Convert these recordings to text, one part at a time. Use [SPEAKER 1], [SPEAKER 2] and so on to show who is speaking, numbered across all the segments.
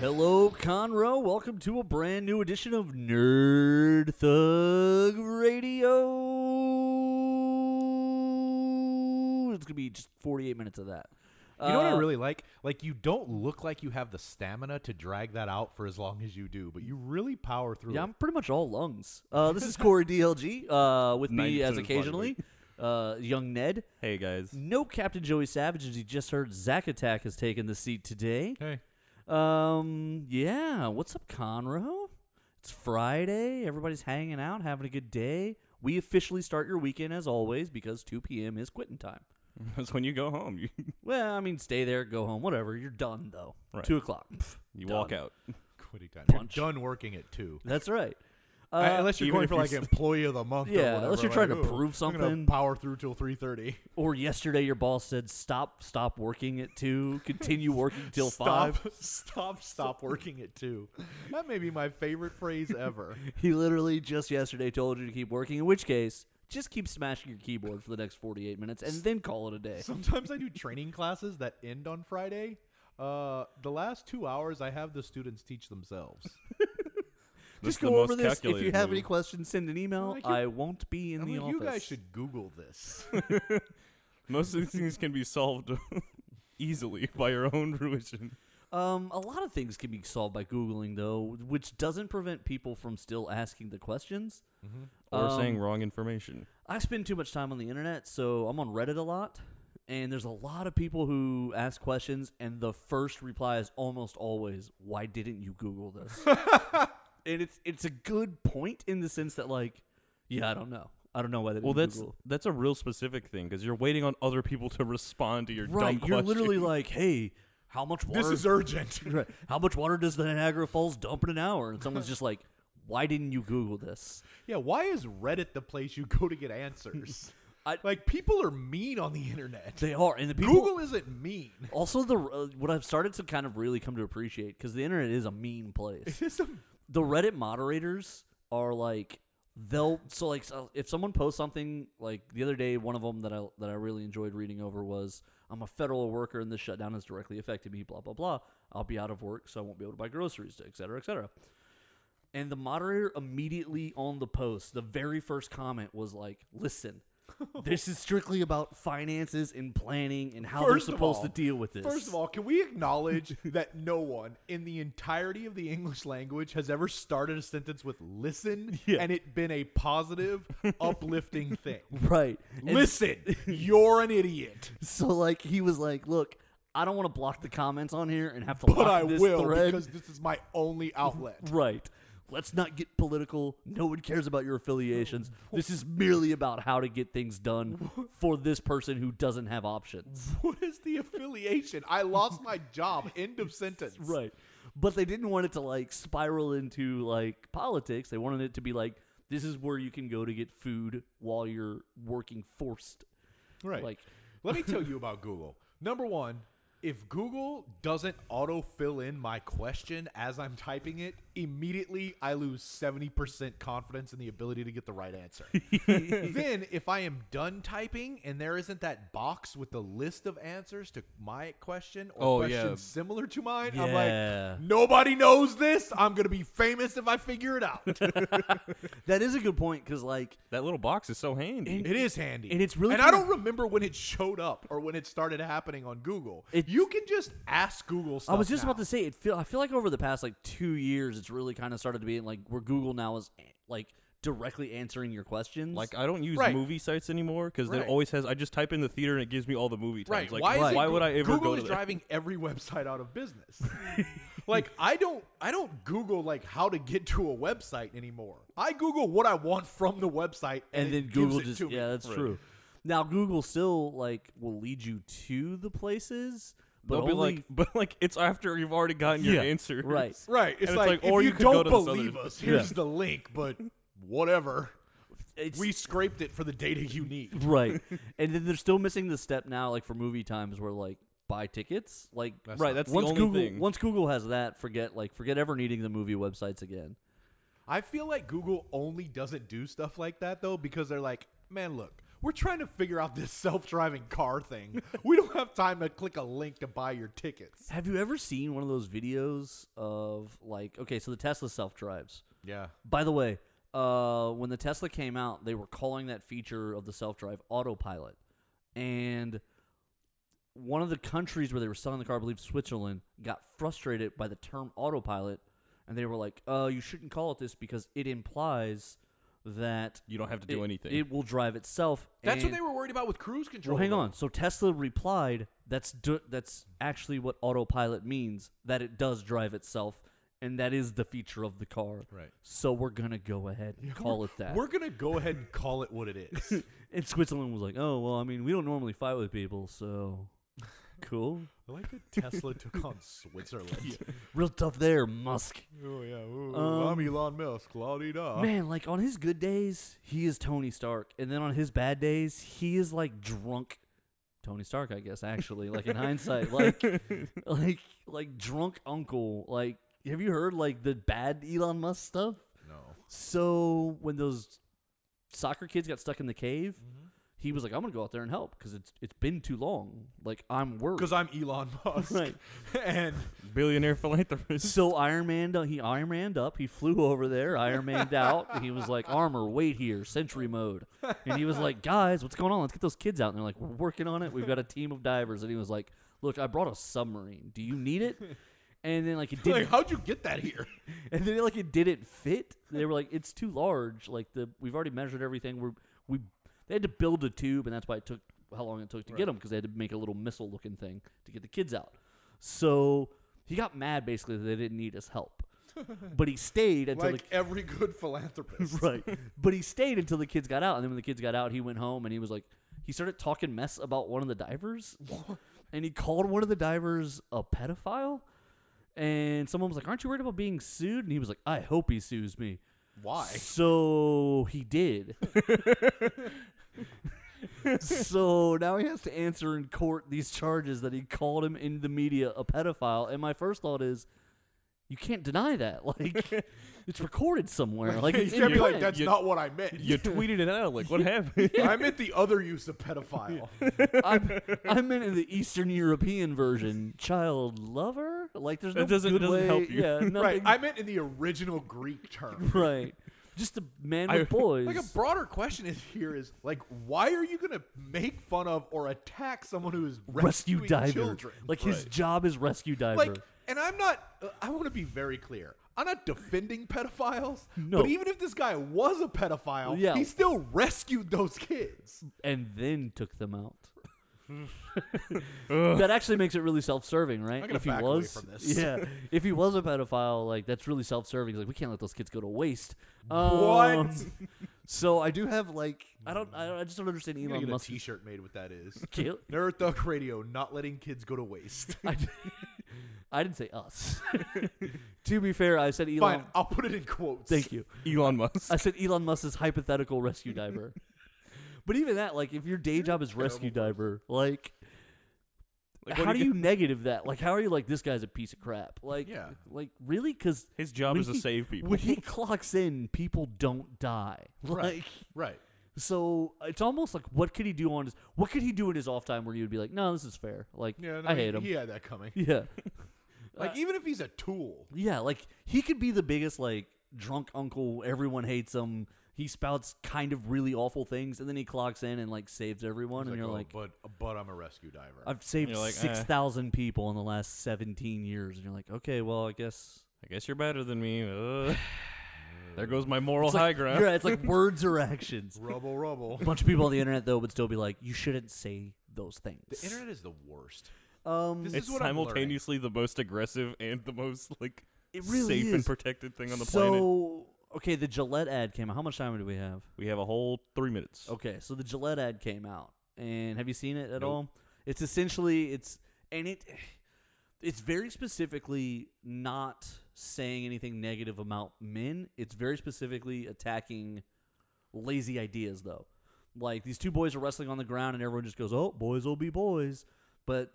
[SPEAKER 1] Hello, Conroe. Welcome to a brand new edition of Nerd Thug Radio. It's gonna be just 48 minutes of that. Uh,
[SPEAKER 2] You know what I really like? Like you don't look like you have the stamina to drag that out for as long as you do, but you really power through
[SPEAKER 1] Yeah,
[SPEAKER 2] it.
[SPEAKER 1] I'm pretty much all lungs. Uh, this is Corey DLG uh, with me
[SPEAKER 3] 90%
[SPEAKER 1] as
[SPEAKER 3] of the body
[SPEAKER 1] occasionally. Uh, young Ned.
[SPEAKER 3] Hey guys.
[SPEAKER 1] No Captain Joey Savage, as you just heard. Zack Attack has taken the seat today.
[SPEAKER 2] Hey.
[SPEAKER 1] Um, yeah. What's up, Conroe? It's Friday. Everybody's hanging out, having a good day. We officially start your weekend as always because 2 p.m. is quitting time.
[SPEAKER 3] That's when you go home. You,
[SPEAKER 1] Well, I mean, stay there, go home, whatever. You're done though.
[SPEAKER 3] Right.
[SPEAKER 1] Two o'clock. Pff,
[SPEAKER 3] you
[SPEAKER 1] Done.
[SPEAKER 3] walk out.
[SPEAKER 2] quitting time. You're
[SPEAKER 1] Punch.
[SPEAKER 2] done working at two.
[SPEAKER 1] That's right.
[SPEAKER 2] Uh,
[SPEAKER 1] Uh,
[SPEAKER 2] unless you're
[SPEAKER 3] even
[SPEAKER 2] going
[SPEAKER 3] if
[SPEAKER 2] for
[SPEAKER 3] you
[SPEAKER 2] like
[SPEAKER 3] s-
[SPEAKER 2] employee of the month.
[SPEAKER 1] Yeah,
[SPEAKER 2] or whatever,
[SPEAKER 1] unless you're trying
[SPEAKER 2] like,
[SPEAKER 1] to
[SPEAKER 2] "Ooh,
[SPEAKER 1] prove
[SPEAKER 2] I'm gonna
[SPEAKER 1] something."
[SPEAKER 2] power through till three thirty.
[SPEAKER 1] or yesterday, your boss said stop, stop working at two, continue working till
[SPEAKER 2] stop,
[SPEAKER 1] five.
[SPEAKER 2] Stop, stop working at two. That may be my favorite phrase ever.
[SPEAKER 1] He literally just yesterday told you to keep working. In which case, just keep smashing your keyboard for the next 48 minutes and then call it a day.
[SPEAKER 2] Sometimes I do training classes that end on Friday. Uh, the last two hours, I have the students teach themselves.
[SPEAKER 3] This
[SPEAKER 1] just
[SPEAKER 3] is the
[SPEAKER 1] go
[SPEAKER 3] most
[SPEAKER 1] over this. If you
[SPEAKER 3] calculated
[SPEAKER 1] have
[SPEAKER 3] move.
[SPEAKER 1] any questions, send an email.
[SPEAKER 2] like, you-
[SPEAKER 1] I won't be in
[SPEAKER 2] I'm
[SPEAKER 1] the
[SPEAKER 2] like,
[SPEAKER 1] office.
[SPEAKER 2] you guys should Google this.
[SPEAKER 3] Most of these things can be solved easily by your own fruition.
[SPEAKER 1] Um, a lot of things can be solved by googling, though, which doesn't prevent people from still asking the questions.
[SPEAKER 3] Or
[SPEAKER 1] Um,
[SPEAKER 3] saying wrong information.
[SPEAKER 1] I spend too much time on the internet, so I'm on Reddit a lot, and there's a lot of people who ask questions, and the first reply is almost always, "Why didn't you Google this?" and it's it's a good point in the sense that like, yeah, I don't know, I don't know why they didn't
[SPEAKER 3] Well, that's
[SPEAKER 1] Google.
[SPEAKER 3] that's a real specific thing because you're waiting on other people to respond to your
[SPEAKER 1] right.
[SPEAKER 3] dumb
[SPEAKER 1] You're
[SPEAKER 3] question.
[SPEAKER 1] literally like, hey, how much water?
[SPEAKER 2] this is urgent.
[SPEAKER 1] Right. How much water does the Niagara Falls dump in an hour? And someone's just like, why didn't you Google this?
[SPEAKER 2] Yeah, why is Reddit the place you go to get answers?
[SPEAKER 1] I-
[SPEAKER 2] like people are mean on the internet.
[SPEAKER 1] They are. And the people.
[SPEAKER 2] Google isn't mean.
[SPEAKER 1] Also, the uh, what I've started to kind of really come to appreciate because the internet is a mean place.
[SPEAKER 2] It's a-
[SPEAKER 1] the Reddit moderators are like they'll so like so if someone posts something like the other day, one of them that I that I really enjoyed reading over was I'm a federal worker and this shutdown has directly affected me. Blah blah blah. I'll be out of work, so I won't be able to buy groceries, et cetera, et cetera. And the moderator immediately on the post, the very first comment was like, "Listen." this is strictly about finances and planning and how
[SPEAKER 2] first
[SPEAKER 1] they're
[SPEAKER 2] of
[SPEAKER 1] supposed
[SPEAKER 2] all-
[SPEAKER 1] to deal with this.
[SPEAKER 2] First of all, can we acknowledge that no one in the entirety of the English language has ever started a sentence with "listen"
[SPEAKER 1] Yeah.
[SPEAKER 2] and it been a positive, uplifting thing?
[SPEAKER 1] Right. And
[SPEAKER 2] Listen, you're an idiot,
[SPEAKER 1] So like he was like, look, I don't want to block the comments on here and have to
[SPEAKER 2] but
[SPEAKER 1] lock
[SPEAKER 2] I
[SPEAKER 1] this
[SPEAKER 2] will
[SPEAKER 1] thread.
[SPEAKER 2] because this is my only outlet.
[SPEAKER 1] right. Let's not get political. No one cares about your affiliations. This is merely about how to get things done for this person who doesn't have options.
[SPEAKER 2] what is the affiliation? I lost my job. End of sentence.
[SPEAKER 1] Right. But they didn't want it to like spiral into like politics. They wanted it to be like this is where you can go to get food while you're working forced.
[SPEAKER 2] Right.
[SPEAKER 1] Like-
[SPEAKER 2] let me tell you about Google. Number one, if Google doesn't auto fill in my question as I'm typing it, immediately I lose 70% confidence in the ability to get the right answer. then, if I am done typing and there isn't that box with the list of answers to my question or
[SPEAKER 3] Oh,
[SPEAKER 2] questions
[SPEAKER 3] yeah.
[SPEAKER 2] similar to mine,
[SPEAKER 1] Yeah.
[SPEAKER 2] I'm like, nobody knows this. I'm going to be famous if I figure it out.
[SPEAKER 1] That is a good point cuz like
[SPEAKER 3] that little box is so handy.
[SPEAKER 2] It is handy,
[SPEAKER 1] And it's really
[SPEAKER 2] And I
[SPEAKER 1] kinda-
[SPEAKER 2] don't remember when it showed up or when it started happening on Google.
[SPEAKER 1] It's-
[SPEAKER 2] you can just ask Google. Stuff
[SPEAKER 1] I was just
[SPEAKER 2] now.
[SPEAKER 1] about to say it feel I feel like over the past like 2 years it's really kind of started to be like where Google now is like directly answering your questions.
[SPEAKER 3] Like uh, I don't use
[SPEAKER 2] Right.
[SPEAKER 3] movie sites anymore because it
[SPEAKER 2] Right.
[SPEAKER 3] always has. I just type in the theater and it gives me all the movie times.
[SPEAKER 2] Right?
[SPEAKER 3] Like
[SPEAKER 2] why? Is it Goo-
[SPEAKER 3] would I ever
[SPEAKER 2] Google
[SPEAKER 3] go
[SPEAKER 2] is
[SPEAKER 3] to that?
[SPEAKER 2] driving every website out of business. like I don't, I don't Google like how to get to a website anymore. I Google what I want from the website, and,
[SPEAKER 1] and then
[SPEAKER 2] it gives
[SPEAKER 1] Google
[SPEAKER 2] it
[SPEAKER 1] just
[SPEAKER 2] to me.
[SPEAKER 1] yeah, that's true. Now Google still like will lead you to the places but
[SPEAKER 3] They'll be
[SPEAKER 1] only
[SPEAKER 3] like, but like it's after you've already gotten your
[SPEAKER 1] Yeah,
[SPEAKER 3] answer.
[SPEAKER 1] right.
[SPEAKER 2] Right? It's,
[SPEAKER 3] And
[SPEAKER 2] like, if
[SPEAKER 3] or
[SPEAKER 2] you,
[SPEAKER 3] you, could go
[SPEAKER 2] don't
[SPEAKER 3] to this other-
[SPEAKER 2] believe us, here's the link, but whatever.
[SPEAKER 1] it's,
[SPEAKER 2] We scraped it for the data you need.
[SPEAKER 1] right. and then they're still missing the step now like for movie times where like buy tickets like
[SPEAKER 3] Right, that's the
[SPEAKER 1] once
[SPEAKER 3] only
[SPEAKER 1] Google
[SPEAKER 3] thing.
[SPEAKER 1] once Google has that forget like forget ever needing the movie websites again.
[SPEAKER 2] I feel like Google only doesn't do stuff like that though because they're like, man, look, We're trying to figure out this self-driving car thing. we don't have time to click a link to buy your tickets.
[SPEAKER 1] Have you ever seen one of those videos of like okay, so the Tesla self drives.
[SPEAKER 2] Yeah.
[SPEAKER 1] By the way, uh, when the Tesla came out, they were calling that feature of the self drive autopilot. And one of the countries where they were selling the car, I believe Switzerland, got frustrated by the term autopilot. And they were like, uh, you shouldn't call it this because it implies that
[SPEAKER 3] You don't have to do
[SPEAKER 1] it-
[SPEAKER 3] anything.
[SPEAKER 1] It will drive itself.
[SPEAKER 2] That's what
[SPEAKER 1] and-
[SPEAKER 2] they were worried about with cruise control.
[SPEAKER 1] well, hang
[SPEAKER 2] though.
[SPEAKER 1] on. So Tesla replied, "That's d- that's actually what autopilot means. That it does drive itself, and that is the feature of the car.
[SPEAKER 2] Right.
[SPEAKER 1] So we're gonna go ahead and call it that."
[SPEAKER 2] We're gonna go ahead and call it what it is.
[SPEAKER 1] and Switzerland was like, "Oh well, I mean, we don't normally fight with people, so cool,
[SPEAKER 2] I like that Tesla took on Switzerland.
[SPEAKER 1] real tough there, Musk."
[SPEAKER 2] Oh yeah, Ooh,
[SPEAKER 1] Um,
[SPEAKER 2] I'm Elon Musk, la-di-da.
[SPEAKER 1] Man, like on his good days, he is Tony Stark, and then on his bad days, he is like drunk Tony Stark, I guess. Actually, like in hindsight, like like like drunk uncle. Like, have you heard like the bad Elon Musk stuff?
[SPEAKER 2] No.
[SPEAKER 1] So when those soccer kids got stuck in the cave, he was like, "I'm gonna go out there and help because it's it's been too long. Like, I'm worried."
[SPEAKER 2] Because I'm Elon Musk,
[SPEAKER 1] Right.
[SPEAKER 2] and
[SPEAKER 3] Billionaire philanthropist.
[SPEAKER 1] So Iron Man, do- he Iron Man up. He flew over there, Iron Man out. He was like, "Armor, wait here, Sentry mode." And he was like, "Guys, what's going on? Let's get those kids out." And they're like, "We're working on it. We've got a team of divers." And he was like, "Look, I brought a submarine. Do you need it?" And then like it didn't,
[SPEAKER 2] like, how'd you get that here?
[SPEAKER 1] and then like it didn't fit. They were like, "It's too large. Like the we've already measured everything. We're we they had to build a tube, and that's why it took how long it took to get 'em, 'cause get them because they had to make a little missile looking thing to get the kids out. So he got mad basically that they didn't need his help, but he stayed until
[SPEAKER 2] Like every good philanthropist,
[SPEAKER 1] the, right. But he stayed until the kids got out, and then when the kids got out, he went home and he was like, he started talking mess about one of the divers, and he called one of the divers a pedophile. And someone was like, "Aren't you worried about being sued?" And he was like, "I hope he sues me."
[SPEAKER 2] Why?
[SPEAKER 1] So he did. so now he has to answer in court these charges that he called him in the media a pedophile. And my first thought is, you can't deny that. Like it's recorded somewhere. Like
[SPEAKER 2] You
[SPEAKER 1] it's
[SPEAKER 2] can't
[SPEAKER 1] in
[SPEAKER 2] be like,
[SPEAKER 1] print.
[SPEAKER 2] that's
[SPEAKER 3] You-
[SPEAKER 2] not what I meant.
[SPEAKER 3] you tweeted it out. Like, what happened?
[SPEAKER 2] I meant the other use of pedophile.
[SPEAKER 1] I'm, I'm in the Eastern European version. Child lover? Like there's no
[SPEAKER 3] That doesn't-
[SPEAKER 1] good
[SPEAKER 3] doesn't
[SPEAKER 1] way.
[SPEAKER 3] help you.
[SPEAKER 1] Yeah,
[SPEAKER 2] right.
[SPEAKER 1] nothing.
[SPEAKER 2] I meant in the original Greek term.
[SPEAKER 1] right. Just a man
[SPEAKER 3] I-
[SPEAKER 1] with boys.
[SPEAKER 2] Like a broader question is here is like, why are you gonna make fun of or attack someone who is
[SPEAKER 1] rescue
[SPEAKER 2] rescuing
[SPEAKER 1] diver.
[SPEAKER 2] children?
[SPEAKER 1] Like his
[SPEAKER 2] Right.
[SPEAKER 1] job is rescue diver.
[SPEAKER 2] like, and I'm not. uh, I want to be very clear. I'm not defending pedophiles.
[SPEAKER 1] No.
[SPEAKER 2] But even if this guy was a pedophile,
[SPEAKER 1] Yeah.
[SPEAKER 2] he still rescued those kids.
[SPEAKER 1] and then took them out. that actually makes it really self-serving, right?
[SPEAKER 2] I'm gonna
[SPEAKER 1] if he
[SPEAKER 2] back away
[SPEAKER 1] was,
[SPEAKER 2] from this.
[SPEAKER 1] yeah, if he was a pedophile, like that's really self-serving. It's like we can't let those kids go to waste. Um,
[SPEAKER 2] what?
[SPEAKER 1] So I do have like I don't I, don't- I just don't understand
[SPEAKER 2] I'm gonna
[SPEAKER 1] Elon
[SPEAKER 2] get a
[SPEAKER 1] Musk.
[SPEAKER 2] T-shirt made with that is.
[SPEAKER 1] Kill-
[SPEAKER 2] Nerd Thug Radio, not letting kids go to waste.
[SPEAKER 1] I, d- I didn't say us. to be fair, I said Elon.
[SPEAKER 2] Fine, I'll put it in quotes.
[SPEAKER 1] Thank you.
[SPEAKER 3] Elon Musk.
[SPEAKER 1] I said Elon Musk's hypothetical rescue diver. but even that, like, if your day job is rescue diver, like,
[SPEAKER 3] Like, what
[SPEAKER 1] how
[SPEAKER 3] do
[SPEAKER 1] do
[SPEAKER 3] you
[SPEAKER 1] you negative that? Like, how are you like this guy's a piece of crap? Like,
[SPEAKER 2] Yeah.
[SPEAKER 1] like really? Because
[SPEAKER 3] His job is to save people.
[SPEAKER 1] When he clocks in, people don't die.
[SPEAKER 2] Right.
[SPEAKER 1] Like,
[SPEAKER 2] Right.
[SPEAKER 1] so it's almost like what could he do on his? What could he do in his off time where you'd be like, no, this is fair. Like,
[SPEAKER 2] Yeah, no,
[SPEAKER 1] I
[SPEAKER 2] he-
[SPEAKER 1] hate him.
[SPEAKER 2] He had that coming.
[SPEAKER 1] yeah,
[SPEAKER 2] Like even if he's a tool,
[SPEAKER 1] yeah. Like he could be the biggest like drunk uncle. Everyone hates him. He spouts kind of really awful things, and then he clocks in and like saves everyone.
[SPEAKER 2] he's
[SPEAKER 1] and
[SPEAKER 2] like,
[SPEAKER 1] you're
[SPEAKER 2] "Oh,
[SPEAKER 1] like,
[SPEAKER 2] but but I'm a rescue diver.
[SPEAKER 1] I've saved
[SPEAKER 3] You're like, eh.
[SPEAKER 1] six thousand people in the last seventeen years, and you're like, okay, well, I guess
[SPEAKER 3] I guess you're better than me. Uh, there goes my moral
[SPEAKER 1] It's
[SPEAKER 3] high
[SPEAKER 1] like-
[SPEAKER 3] ground.
[SPEAKER 1] Yeah, it's like words or actions.
[SPEAKER 2] rubble, rubble.
[SPEAKER 1] A bunch of people on the internet though would still be like, you shouldn't say those things.
[SPEAKER 2] The internet is the worst.
[SPEAKER 1] um,
[SPEAKER 2] This
[SPEAKER 3] it's
[SPEAKER 2] is what I'm learning.
[SPEAKER 3] simultaneously the most aggressive and the most like
[SPEAKER 1] It really
[SPEAKER 3] safe
[SPEAKER 1] is.
[SPEAKER 3] and protected thing on the
[SPEAKER 1] so
[SPEAKER 3] planet.
[SPEAKER 1] okay, the Gillette ad came out. How much time do we have?
[SPEAKER 3] We have a whole three minutes.
[SPEAKER 1] Okay, so the Gillette ad came out, and have you seen it at all? It's essentially it's and it it's very specifically not saying anything negative about men. It's very specifically attacking lazy ideas though. Like these two boys are wrestling on the ground, and everyone just goes, "Oh, boys will be boys," but.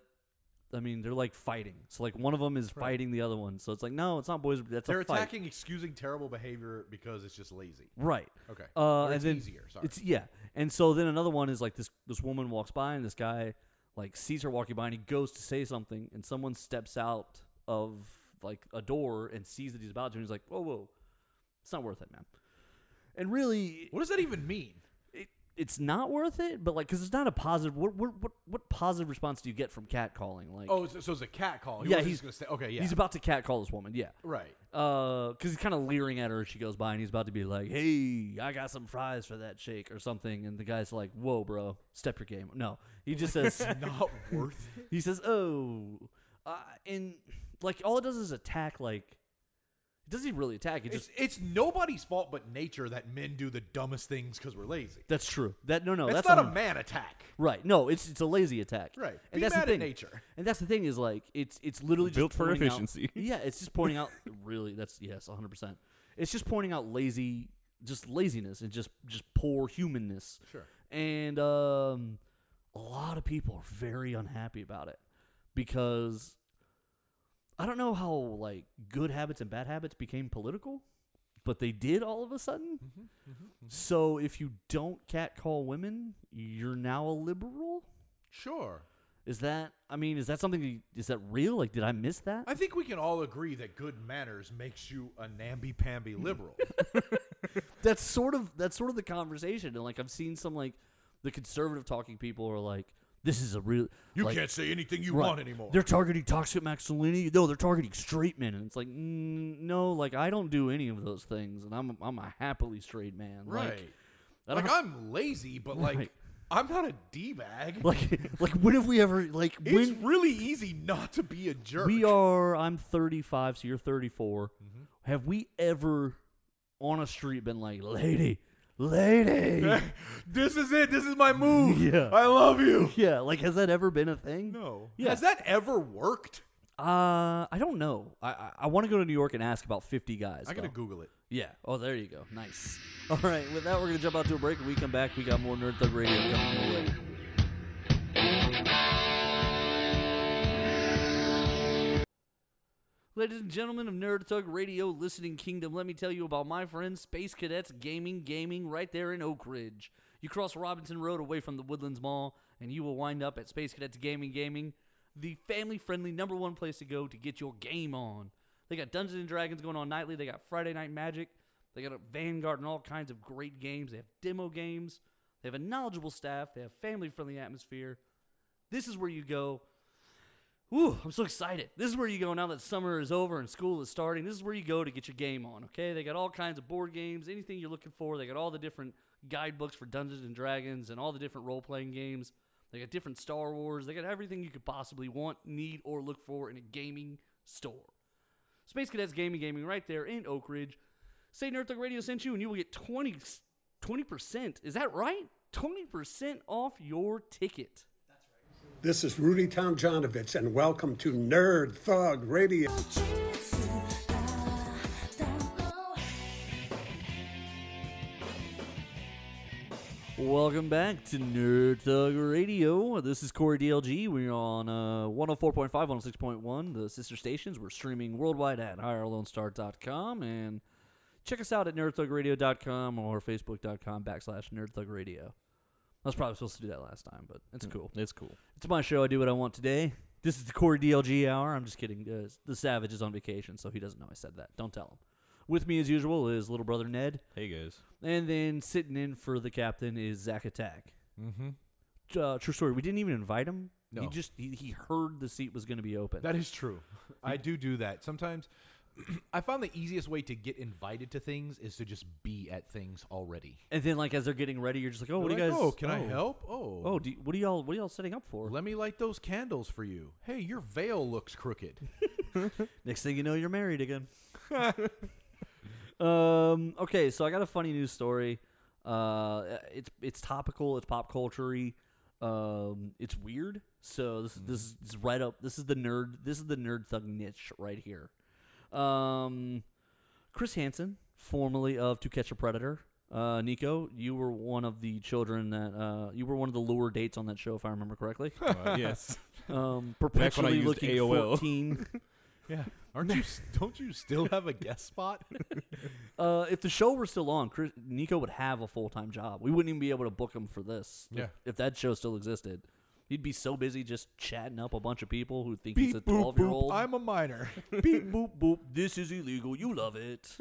[SPEAKER 1] I mean, they're like fighting. So like one of them is fighting the other one. So it's like, no, it's not boys. That's
[SPEAKER 2] They're
[SPEAKER 1] a fight.
[SPEAKER 2] attacking, excusing terrible behavior because it's just lazy.
[SPEAKER 1] right?
[SPEAKER 2] Okay.
[SPEAKER 1] Uh,
[SPEAKER 2] Or
[SPEAKER 1] and
[SPEAKER 2] it's
[SPEAKER 1] then
[SPEAKER 2] easier, sorry.
[SPEAKER 1] It's yeah, And so then another one is like this this woman walks by and this guy like sees her walking by and he goes to say something and someone steps out of like a door and sees that he's about to and he's like, Whoa, whoa. It's not worth it, man. And really
[SPEAKER 2] What does that even mean?
[SPEAKER 1] it, it's not worth it, but like, cause it's not a positive. What what what, what positive response do you get from catcalling? Like,
[SPEAKER 2] Oh, so, so it's a cat call. He
[SPEAKER 1] Yeah,
[SPEAKER 2] wasn't
[SPEAKER 1] he's-
[SPEAKER 2] just gonna say. Okay, yeah,
[SPEAKER 1] he's about to catcall this woman. Yeah,
[SPEAKER 2] right.
[SPEAKER 1] uh, cause he's kind of leering at her as she goes by, and he's about to be like, "Hey, I got some fries for that shake" or something, and the guy's like, "Whoa, bro, step your game." No, he just says,
[SPEAKER 2] Not worth it.
[SPEAKER 1] he says, "Oh," uh, and like all it does is attack. Like, it doesn't even really attack. It just
[SPEAKER 2] It's, it's nobody's fault but nature that men do the dumbest things because we're lazy.
[SPEAKER 1] that's true. That no no
[SPEAKER 2] That's
[SPEAKER 1] that's
[SPEAKER 2] not
[SPEAKER 1] on-
[SPEAKER 2] a man attack.
[SPEAKER 1] Right. No, it's it's a lazy attack.
[SPEAKER 2] Right.
[SPEAKER 1] And
[SPEAKER 2] Be
[SPEAKER 1] that's
[SPEAKER 2] mad
[SPEAKER 1] the thing.
[SPEAKER 2] at nature.
[SPEAKER 1] And that's the thing is like it's it's literally
[SPEAKER 3] Built
[SPEAKER 1] just
[SPEAKER 3] for
[SPEAKER 1] pointing out-
[SPEAKER 3] efficiency.
[SPEAKER 1] yeah, it's just pointing out really that's yes, 100%. It's just pointing out lazy just laziness and just just poor humanness.
[SPEAKER 2] Sure.
[SPEAKER 1] And um a lot of people are very unhappy about it because I don't know how like good habits and bad habits became political, but they did all of a sudden.
[SPEAKER 3] Mm-hmm,
[SPEAKER 1] So if you don't catcall women, you're now a liberal.
[SPEAKER 2] Sure.
[SPEAKER 1] Is that? I mean, is that something? you- Is that real? Like, did I miss that?
[SPEAKER 2] I think we can all agree that good manners makes you a
[SPEAKER 1] Mm-hmm.
[SPEAKER 2] namby-pamby liberal.
[SPEAKER 1] That's sort of that's sort of the conversation. And like, I've seen some like the conservative talking people are like, "This is a real
[SPEAKER 2] You
[SPEAKER 1] like,
[SPEAKER 2] can't say anything you
[SPEAKER 1] right.
[SPEAKER 2] want anymore.
[SPEAKER 1] They're targeting toxic masculinity. No, they're targeting straight men." And it's like, mm, no, like I don't do any of those things, and I'm I'm a happily straight man.
[SPEAKER 2] right.
[SPEAKER 1] Like, I don't
[SPEAKER 2] Like, I'm lazy, but like
[SPEAKER 1] Right.
[SPEAKER 2] I'm not a d-bag.
[SPEAKER 1] like, like when have we ever like
[SPEAKER 2] it's
[SPEAKER 1] when
[SPEAKER 2] really easy not to be a jerk.
[SPEAKER 1] We are. I'm 35, so you're 34.
[SPEAKER 2] Mm-hmm.
[SPEAKER 1] Have we ever on a street been like, lady, lady?
[SPEAKER 2] this is it. This is my move.
[SPEAKER 1] Yeah.
[SPEAKER 2] I love you.
[SPEAKER 1] yeah, like has that ever been a thing?
[SPEAKER 2] No.
[SPEAKER 1] Yeah.
[SPEAKER 2] Has that ever worked?
[SPEAKER 1] Uh, I don't know. I I, I want to go to New York and ask about 50 guys.
[SPEAKER 2] I gotta
[SPEAKER 1] though.
[SPEAKER 2] Google it.
[SPEAKER 1] Yeah. Oh, there you go. Nice. All right. With that, we're gonna jump out to a break. When we come back, we got more Nerd Thug Radio coming your way. Ladies and gentlemen of Nerd Thug Radio Listening Kingdom, let me tell you about my friends Space Cadets Gaming Gaming right there in Oak Ridge. You cross Robinson Road away from the Woodlands Mall, and you will wind up at Space Cadets Gaming Gaming, the family friendly number one place to go to get your game on. They got Dungeons and Dragons going on nightly, they got Friday Night Magic, they got a Vanguard and all kinds of great games. They have demo games, they have a knowledgeable staff, they have family friendly atmosphere. This is where you go Ooh, I'm so excited. This is where you go now that summer is over and school is starting. This is where you go to get your game on, okay? They got all kinds of board games, anything you're looking for. They got all the different guidebooks for Dungeons and Dragons and all the different role playing games. They got different Star Wars. They got everything you could possibly want, need, or look for in a gaming store. Space Cadets Gaming Gaming right there in Oak Ridge. Say Nerd Thug Radio sent you, and you will get 20, 20%. Is that right? 20% off your ticket.
[SPEAKER 4] This is Rudy Tomjanovich, and welcome to Nerd Thug Radio.
[SPEAKER 1] Welcome back to Nerd Thug Radio. This is Corey DLG. We're on uh, 104.5, 106.1, the sister stations. We're streaming worldwide at IRLoneStar.com and check us out at nerdthugradio.com or facebook.com backslash nerdthugradio. I was probably supposed to do that last time, but it's cool.
[SPEAKER 3] It's cool.
[SPEAKER 1] It's my show. I do what I want today. This is the Corey DLG hour. I'm just kidding. Uh, the Savage is on vacation, so he doesn't know I said that. Don't tell him. With me, as usual, is little brother Ned.
[SPEAKER 3] Hey guys.
[SPEAKER 1] And then sitting in for the captain is Zach Attack. Mm-hmm. Uh, true story. We didn't even invite him. He
[SPEAKER 2] No.
[SPEAKER 1] just he, he heard the seat was going to be open.
[SPEAKER 2] That is true. I do do that. Sometimes I found the easiest way to get invited to things is to just be at things already.
[SPEAKER 1] and then like as they're getting ready, you're just like, oh, what do you
[SPEAKER 2] Like,
[SPEAKER 1] guys?
[SPEAKER 2] Oh, can I
[SPEAKER 1] oh.
[SPEAKER 2] help? Oh,
[SPEAKER 1] Oh, do you- what are y'all what are y'all setting up for?
[SPEAKER 2] let me light those candles for you. Hey, your veil looks crooked.
[SPEAKER 1] Next thing you know, you're married again. um. Okay, so I got a funny news story. Uh, it's it's topical. It's pop culture-y. Um, it's weird. So this
[SPEAKER 3] Mm-hmm.
[SPEAKER 1] this is right up. This is the nerd. This is the nerd thug niche right here. Um, Chris Hansen, formerly of To Catch a Predator. Uh, Nico, you were one of the children that uh, you were one of the lure dates on that show, if I remember correctly.
[SPEAKER 3] Uh, yes.
[SPEAKER 1] Um,
[SPEAKER 3] Back when I
[SPEAKER 1] perpetually
[SPEAKER 3] used
[SPEAKER 1] looking
[SPEAKER 3] AOL.
[SPEAKER 1] fourteen.
[SPEAKER 2] Yeah. Aren't you? s- Don't you still have a guest spot?
[SPEAKER 1] Uh, if the show were still on, Chris, Nico would have a full time job. We wouldn't even be able to book him for this.
[SPEAKER 2] Yeah.
[SPEAKER 1] If, if that show still existed, he'd be so busy just chatting up a bunch of people who think he's a
[SPEAKER 2] Beep boop
[SPEAKER 1] twelve year
[SPEAKER 2] boop.
[SPEAKER 1] old.
[SPEAKER 2] I'm a minor.
[SPEAKER 1] Beep boop boop. This is illegal. You love it.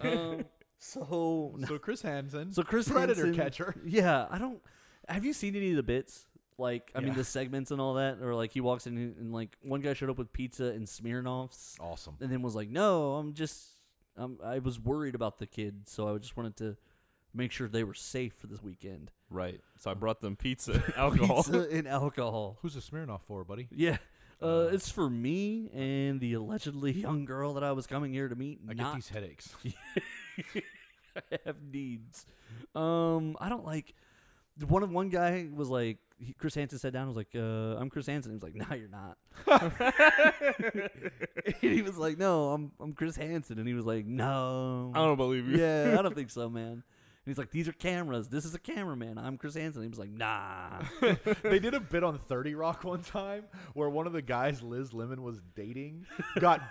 [SPEAKER 1] um, so
[SPEAKER 2] So Chris Hansen.
[SPEAKER 1] so Chris
[SPEAKER 2] predator
[SPEAKER 1] Hansen-
[SPEAKER 2] catcher.
[SPEAKER 1] Yeah, I don't. Have you seen any of the bits? Like, I mean,
[SPEAKER 2] Yeah.
[SPEAKER 1] the segments and all that, or like he walks in and, and, like one guy showed up with pizza and Smirnoffs,
[SPEAKER 2] Awesome.
[SPEAKER 1] and then was like, "No, I'm just, I'm, I was worried about the kid, so I just wanted to make sure they were safe for this weekend."
[SPEAKER 3] Right. So I brought them pizza and alcohol.
[SPEAKER 1] Pizza and alcohol.
[SPEAKER 2] Who's a Smirnoff for, buddy?
[SPEAKER 1] Yeah, uh, it's for me and the allegedly young girl that I was coming here to meet.
[SPEAKER 2] I
[SPEAKER 1] not
[SPEAKER 2] get these headaches.
[SPEAKER 1] have needs. Um, I don't like. One of one guy was like, he, Chris Hansen sat down. and Was like, uh, I'm Chris Hansen. He was like, No, you're not. and he was like, No, I'm I'm Chris Hansen. And he was like, No,
[SPEAKER 3] I don't believe you.
[SPEAKER 1] yeah, I don't think so, man. And he's like, These are cameras. This is a cameraman. I'm Chris Hansen. He was like, Nah.
[SPEAKER 2] they did a bit on 30 Rock one time where one of the guys Liz Lemon was dating got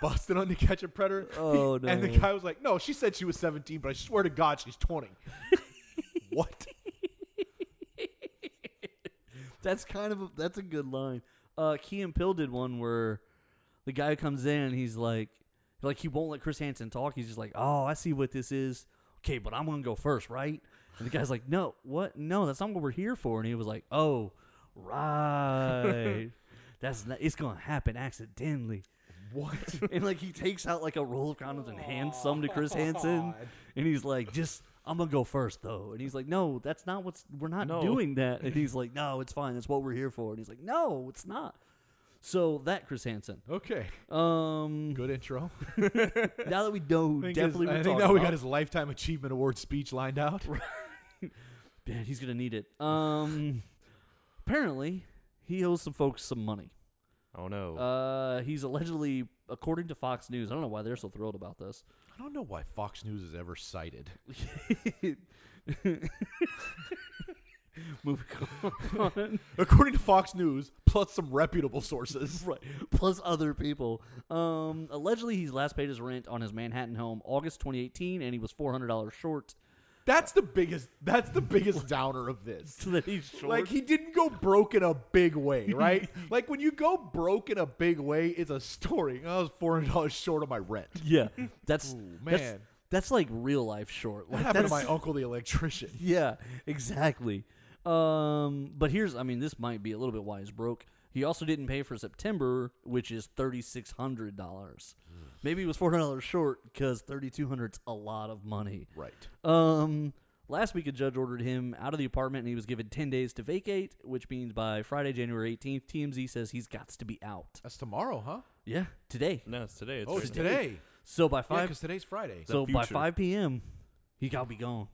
[SPEAKER 2] busted on the catch a predator.
[SPEAKER 1] Oh,
[SPEAKER 2] He- And the
[SPEAKER 1] no.
[SPEAKER 2] guy was like, "No, she said she was 17, but I swear to God, she's 20." what?
[SPEAKER 1] That's kind of a, that's a good line. Uh, Key and Pill did one where the guy comes in and he's like, like he won't let Chris Hansen talk. He's just like, oh, I see what this is. Okay, but I'm gonna go first, right? And the guy's like, no, what? No, that's not what we're here for. And he was like, oh, right. That's not, it's gonna happen accidentally.
[SPEAKER 2] What?
[SPEAKER 1] And like he takes out like a roll of condoms and hands some to
[SPEAKER 2] Oh,
[SPEAKER 1] Chris Hansen, and he's like, "Just I'm gonna go first though." And he's like, "No, that's not what's we're not
[SPEAKER 3] No.
[SPEAKER 1] doing that." And he's like, "No, it's fine. That's what we're here for." And he's like, "No, it's not." So that Chris Hansen.
[SPEAKER 2] Okay.
[SPEAKER 1] Um,
[SPEAKER 2] Good intro.
[SPEAKER 1] now that we know
[SPEAKER 2] I think
[SPEAKER 1] definitely,
[SPEAKER 2] his-
[SPEAKER 1] we're
[SPEAKER 2] I think
[SPEAKER 1] talking
[SPEAKER 2] now we
[SPEAKER 1] about-
[SPEAKER 2] got his lifetime achievement award speech lined out.
[SPEAKER 1] Man, he's gonna need it. Um, apparently, he owes some folks some money.
[SPEAKER 3] Oh no.
[SPEAKER 1] Uh, he's allegedly, according to Fox News, I don't know why they're so thrilled about this.
[SPEAKER 2] I don't know why Fox News is ever cited.
[SPEAKER 1] Moving on.
[SPEAKER 2] According to Fox News, plus some reputable sources.
[SPEAKER 1] right. Plus other people. Um, allegedly, he's last paid his rent on his Manhattan home August 2018, and he was $400 short.
[SPEAKER 2] That's the biggest. That's the biggest downer of this.
[SPEAKER 1] So that he's short.
[SPEAKER 2] Like he didn't go broke in a big way, right? like when you go broke in a big way, it's a story. I was four hundred dollars short on my rent.
[SPEAKER 1] yeah, that's That's,
[SPEAKER 2] man.
[SPEAKER 1] that's like real life short.
[SPEAKER 2] What
[SPEAKER 1] Like
[SPEAKER 2] happened to my
[SPEAKER 1] that's-
[SPEAKER 2] uncle, the electrician?
[SPEAKER 1] Yeah, exactly. Um, but here's, I mean, this might be a little bit why he's broke. He also didn't pay for September, which is thirty six hundred dollars. Maybe he was four hundred dollars short because thirty two hundred's a lot of money.
[SPEAKER 2] Right.
[SPEAKER 1] Um, last week a judge ordered him out of the apartment, and he was given ten days to vacate, which means by Friday, January eighteenth, TMZ says he's got to be out.
[SPEAKER 2] That's tomorrow, huh?
[SPEAKER 1] Yeah, today.
[SPEAKER 3] no, it's today. It's
[SPEAKER 2] Oh, it's
[SPEAKER 3] Thursday.
[SPEAKER 2] today.
[SPEAKER 1] So by
[SPEAKER 2] Yeah,
[SPEAKER 1] five,
[SPEAKER 2] because today's Friday.
[SPEAKER 1] so by
[SPEAKER 3] future.
[SPEAKER 1] 5 p.m., he got to be gone.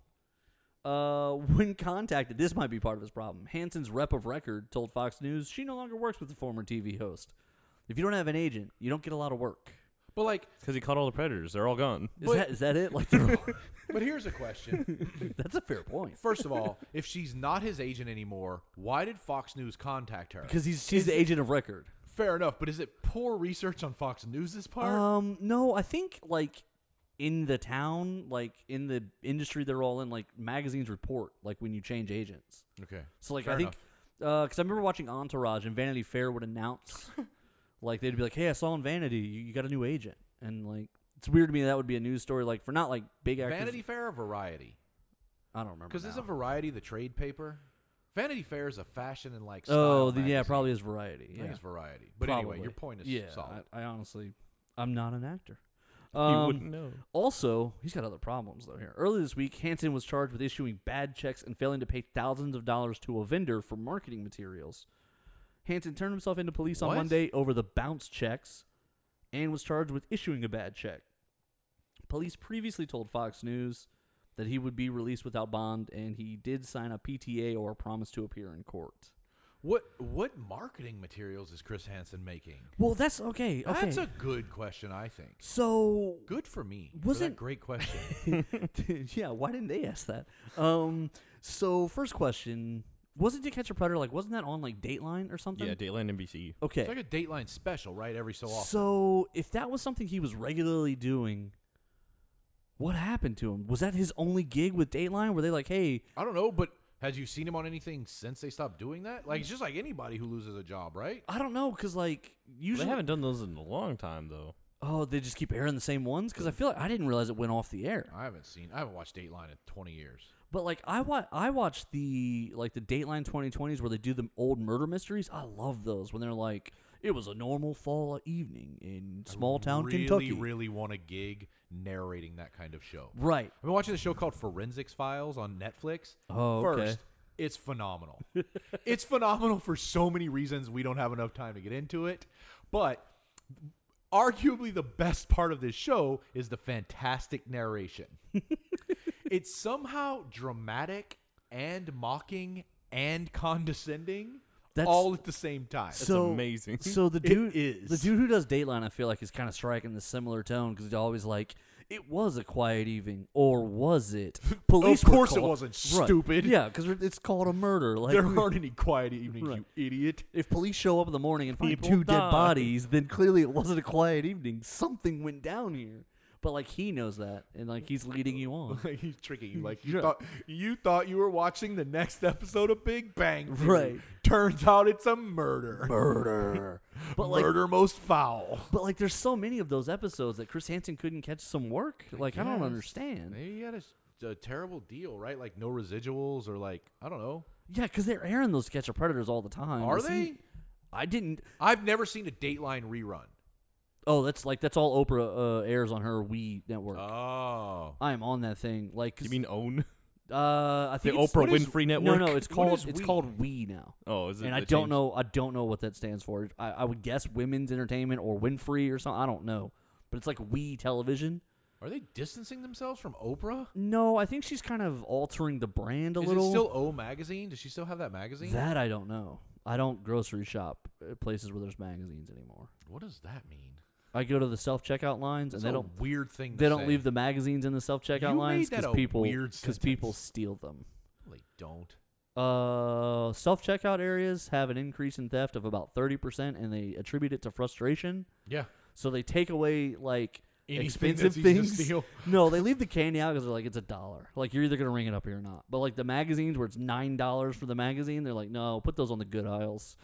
[SPEAKER 1] Uh, when contacted, this might be part of his problem. Hanson's rep of record told Fox News she no longer works with the former TV host. If you don't have an agent, you don't get a lot of work.
[SPEAKER 2] But like,
[SPEAKER 3] Because he caught all the predators. They're all gone.
[SPEAKER 1] Is
[SPEAKER 2] But-
[SPEAKER 1] that is that it? Like they're all-
[SPEAKER 2] but here's a question.
[SPEAKER 1] that's a fair point
[SPEAKER 2] First of all, if she's not his agent anymore, why did Fox News contact her?
[SPEAKER 1] because he's she's the agent of record.
[SPEAKER 2] Fair enough, but is it poor research on Fox News's part?
[SPEAKER 1] Um, no, I think like in the town, like in the industry they're all in, like magazines report like when you change agents.
[SPEAKER 2] okay.
[SPEAKER 1] Uh, So like
[SPEAKER 2] Fair
[SPEAKER 1] I think
[SPEAKER 2] enough.
[SPEAKER 1] because I remember watching Entourage and Vanity Fair would announce like they'd be like, "Hey, I saw on Vanity you, you got a new agent," and like it's weird to me that would be a news story like for not like big actors.
[SPEAKER 2] Vanity Fair or Variety?
[SPEAKER 1] I don't remember
[SPEAKER 2] Because
[SPEAKER 1] now.
[SPEAKER 2] isn't Variety the trade paper? Vanity Fair is a fashion and like.
[SPEAKER 1] oh
[SPEAKER 2] style
[SPEAKER 1] then, yeah,
[SPEAKER 2] magazine.
[SPEAKER 1] probably is Variety.
[SPEAKER 2] I
[SPEAKER 1] Yeah,
[SPEAKER 2] think it's Variety. But anyway,
[SPEAKER 1] Probably.
[SPEAKER 2] your point is
[SPEAKER 1] yeah.
[SPEAKER 2] solid.
[SPEAKER 1] I, I honestly, I'm not an actor.
[SPEAKER 3] you
[SPEAKER 1] Um,
[SPEAKER 3] wouldn't know.
[SPEAKER 1] Also, he's got other problems though here. Earlier this week, Hansen was charged with issuing bad checks and failing to pay thousands of dollars to a vendor for marketing materials. Hansen turned himself into police on
[SPEAKER 2] What?
[SPEAKER 1] Monday over the bounce checks and was charged with issuing a bad check. Police previously told Fox News that he would be released without bond and he did sign a PTA or a promise to appear in court.
[SPEAKER 2] what what marketing materials is Chris Hansen making?
[SPEAKER 1] Well, that's okay. Okay.
[SPEAKER 2] That's a good question. I think
[SPEAKER 1] so
[SPEAKER 2] good for me. for
[SPEAKER 1] Wasn't-
[SPEAKER 2] that great question?
[SPEAKER 1] yeah, why didn't they ask that? Um, so first question: wasn't To Catch a Predator like wasn't that on like Dateline or something?
[SPEAKER 3] Yeah, Dateland NBC.
[SPEAKER 1] Okay.
[SPEAKER 2] It's like a Dateline special, right? Every so often.
[SPEAKER 1] So if that was something he was regularly doing, what happened to him? Was that his only gig with Dateline? Were they like, hey,
[SPEAKER 2] I don't know, but has you seen him on anything since they stopped doing that? Like it's just like anybody who loses a job, right?
[SPEAKER 1] I don't know, because like
[SPEAKER 3] They
[SPEAKER 1] usually,
[SPEAKER 3] haven't done those in a long time though.
[SPEAKER 1] oh, they just keep airing the same ones. Because I feel like I didn't realize it went off the air.
[SPEAKER 2] I haven't seen. I haven't watched Dateline in 20 years.
[SPEAKER 1] But like I wa- I watched the like the Dateline 2020s where they do the old murder mysteries. I love those when they're like, it was a normal fall evening in small town
[SPEAKER 2] really,
[SPEAKER 1] Kentucky.
[SPEAKER 2] really want a gig narrating that kind of show.
[SPEAKER 1] Right.
[SPEAKER 2] I've been watching a show called Forensics Files on Netflix.
[SPEAKER 1] Oh, okay.
[SPEAKER 2] First, it's phenomenal. it's phenomenal for so many reasons. We don't have enough time to get into it. But arguably the best part of this show is the fantastic narration. it's somehow dramatic and mocking and condescending
[SPEAKER 1] That's-
[SPEAKER 2] all at the same time.
[SPEAKER 1] so
[SPEAKER 3] amazing.
[SPEAKER 1] So the
[SPEAKER 2] It
[SPEAKER 1] dude
[SPEAKER 2] is.
[SPEAKER 1] the dude who does Dateline, I feel like is kind of striking the similar tone because he's always like, "It was a quiet evening, or was it?" Police. were
[SPEAKER 2] course it
[SPEAKER 1] called-
[SPEAKER 2] wasn't,
[SPEAKER 1] Right.
[SPEAKER 2] stupid.
[SPEAKER 1] Yeah, because it's called a murder. Like
[SPEAKER 2] there aren't any quiet evenings,
[SPEAKER 1] Right.
[SPEAKER 2] you idiot.
[SPEAKER 1] if police show up in the morning and find
[SPEAKER 3] People
[SPEAKER 1] two
[SPEAKER 3] die.
[SPEAKER 1] dead bodies, then clearly it wasn't a quiet evening. Something went down here. But like he knows that, and like he's leading you on.
[SPEAKER 2] Like he's tricking you. Like you
[SPEAKER 1] Yeah.
[SPEAKER 2] thought you thought you were watching the next episode of Big Bang. Theory.
[SPEAKER 1] Right.
[SPEAKER 2] Turns out it's a murder.
[SPEAKER 1] Murder. But like,
[SPEAKER 2] murder most foul.
[SPEAKER 1] but like, there's so many of those episodes that Chris Hansen couldn't catch some work. Like, I, don't
[SPEAKER 2] guess.
[SPEAKER 1] understand. Yeah,
[SPEAKER 2] Maybe he had a, s- a terrible deal, right? Like no residuals or like I don't know.
[SPEAKER 1] Yeah, because they're airing those Catch a Predators all the time.
[SPEAKER 2] Are
[SPEAKER 1] Is he-
[SPEAKER 2] they?
[SPEAKER 1] I didn't.
[SPEAKER 2] I've never seen a Dateline rerun.
[SPEAKER 1] Oh, that's like that's all Oprah uh, airs on her Wii network.
[SPEAKER 2] Oh.
[SPEAKER 1] I am on that thing. Like, 'cause,
[SPEAKER 3] Uh. you mean own?
[SPEAKER 1] uh, I think
[SPEAKER 3] the
[SPEAKER 1] it's-
[SPEAKER 3] Oprah
[SPEAKER 1] what is-
[SPEAKER 3] Winfrey
[SPEAKER 1] No,
[SPEAKER 3] Network?
[SPEAKER 1] no, it's
[SPEAKER 3] What
[SPEAKER 1] called
[SPEAKER 3] is
[SPEAKER 1] it's
[SPEAKER 3] Wii?
[SPEAKER 1] called Wii now.
[SPEAKER 3] Oh, is it?
[SPEAKER 1] and I
[SPEAKER 3] the
[SPEAKER 1] don't
[SPEAKER 3] change?
[SPEAKER 1] know. I don't know what that stands for. I, I would guess Women's Entertainment or Winfrey or something. I don't know, but it's like We Television.
[SPEAKER 2] Are they distancing themselves from Oprah?
[SPEAKER 1] No, I think she's kind of altering the brand a
[SPEAKER 2] Is
[SPEAKER 1] little.
[SPEAKER 2] it still O magazine? Does she still have that magazine?
[SPEAKER 1] that I don't know. I don't grocery shop at places where there's magazines anymore.
[SPEAKER 2] what does that mean?
[SPEAKER 1] I go to the self checkout lines and
[SPEAKER 2] That's
[SPEAKER 1] they
[SPEAKER 2] a
[SPEAKER 1] don't
[SPEAKER 2] weird thing.
[SPEAKER 1] they
[SPEAKER 2] to
[SPEAKER 1] don't
[SPEAKER 2] say.
[SPEAKER 1] leave the magazines in the self checkout
[SPEAKER 2] You
[SPEAKER 1] lines
[SPEAKER 2] made that
[SPEAKER 1] because
[SPEAKER 2] a
[SPEAKER 1] people
[SPEAKER 2] weird
[SPEAKER 1] people
[SPEAKER 2] sentence.
[SPEAKER 1] steal them.
[SPEAKER 2] They don't.
[SPEAKER 1] Uh, self checkout areas have an increase in theft of about thirty percent, and they attribute it to frustration.
[SPEAKER 2] Yeah.
[SPEAKER 1] So they take away like
[SPEAKER 2] Anything
[SPEAKER 1] expensive
[SPEAKER 2] that's easy to
[SPEAKER 1] things.
[SPEAKER 2] steal.
[SPEAKER 1] No, they leave the candy out because they're like it's a dollar. Like you're either gonna ring it up here or not. But like the magazines where it's nine dollars for the magazine, they're like, no, put those on the good aisles.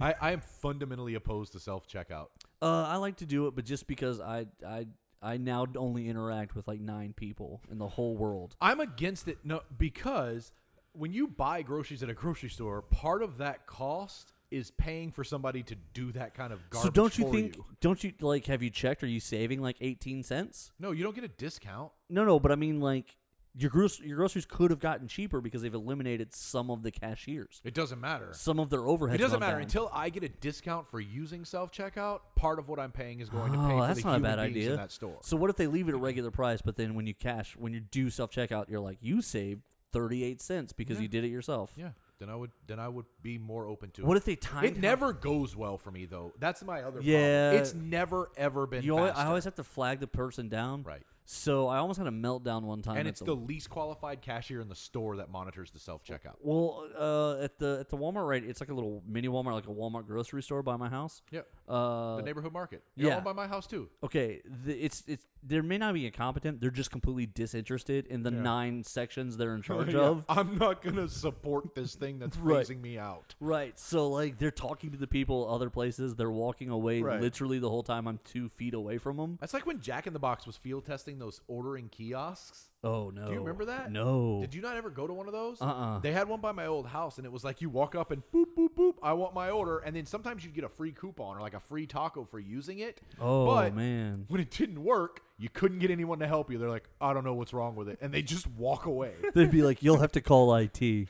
[SPEAKER 2] I, I am fundamentally opposed to self checkout.
[SPEAKER 1] Uh, I like to do it, but just because I I I now only interact with like nine people in the whole world.
[SPEAKER 2] I'm against it no because when you buy groceries at a grocery store, part of that cost is paying for somebody to do that kind of garbage.
[SPEAKER 1] So don't you
[SPEAKER 2] for
[SPEAKER 1] think? Don't you like? Have you checked? Are you saving like eighteen cents?
[SPEAKER 2] No, you don't get a discount.
[SPEAKER 1] No, no, but I mean like. Your, groc- your groceries could have gotten cheaper because they've eliminated some of the cashiers,
[SPEAKER 2] It doesn't matter.
[SPEAKER 1] some of their overhead.
[SPEAKER 2] It doesn't matter until I get a discount for using self checkout. Part of what I'm paying is going to
[SPEAKER 1] Oh,
[SPEAKER 2] pay for
[SPEAKER 1] that's
[SPEAKER 2] the
[SPEAKER 1] not a
[SPEAKER 2] human
[SPEAKER 1] bad
[SPEAKER 2] beings
[SPEAKER 1] idea.
[SPEAKER 2] in that store.
[SPEAKER 1] So what if they leave it at regular price, but then when you cash, when you do self checkout, you're like, you saved thirty eight cents because you did it yourself.
[SPEAKER 2] yeah, then I would then I would be more open to
[SPEAKER 1] What
[SPEAKER 2] it.
[SPEAKER 1] if they timed?
[SPEAKER 2] It
[SPEAKER 1] how-
[SPEAKER 2] never goes well for me though. That's my other
[SPEAKER 1] Yeah.
[SPEAKER 2] problem. It's never ever been.
[SPEAKER 1] You always, I
[SPEAKER 2] faster.
[SPEAKER 1] always have to flag the person down.
[SPEAKER 2] Right.
[SPEAKER 1] So I almost had a meltdown one time.
[SPEAKER 2] and
[SPEAKER 1] at
[SPEAKER 2] it's the least qualified cashier in the store that monitors the self checkout.
[SPEAKER 1] well uh, at the at the Walmart right. It's like a little mini Walmart, like a Walmart grocery store by my house.
[SPEAKER 2] Yeah,
[SPEAKER 1] Uh,
[SPEAKER 2] the neighborhood market. You're
[SPEAKER 1] yeah.
[SPEAKER 2] all by my house too.
[SPEAKER 1] okay, the, it's it's they may not be incompetent. They're just completely disinterested in the nine sections they're in charge of.
[SPEAKER 2] I'm not gonna support this thing that's
[SPEAKER 1] Right.
[SPEAKER 2] phasing me out.
[SPEAKER 1] Right. So like they're talking to the people other places. They're walking away
[SPEAKER 2] Right.
[SPEAKER 1] literally the whole time. I'm two feet away from them.
[SPEAKER 2] That's like when Jack in the Box was field testing those ordering kiosks.
[SPEAKER 1] Oh no.
[SPEAKER 2] Do you remember that?
[SPEAKER 1] No.
[SPEAKER 2] Did you not ever go to one of those?
[SPEAKER 1] Uh-uh.
[SPEAKER 2] They had one by my old house, and it was like you walk up and boop, boop, boop, I want my order. And then sometimes you'd get a free coupon or like a free taco for using it.
[SPEAKER 1] Oh
[SPEAKER 2] but
[SPEAKER 1] man.
[SPEAKER 2] When it didn't work, you couldn't get anyone to help you. They're like, I don't know what's wrong with it. And they just walk away.
[SPEAKER 1] They'd be like, "You'll have to call IT."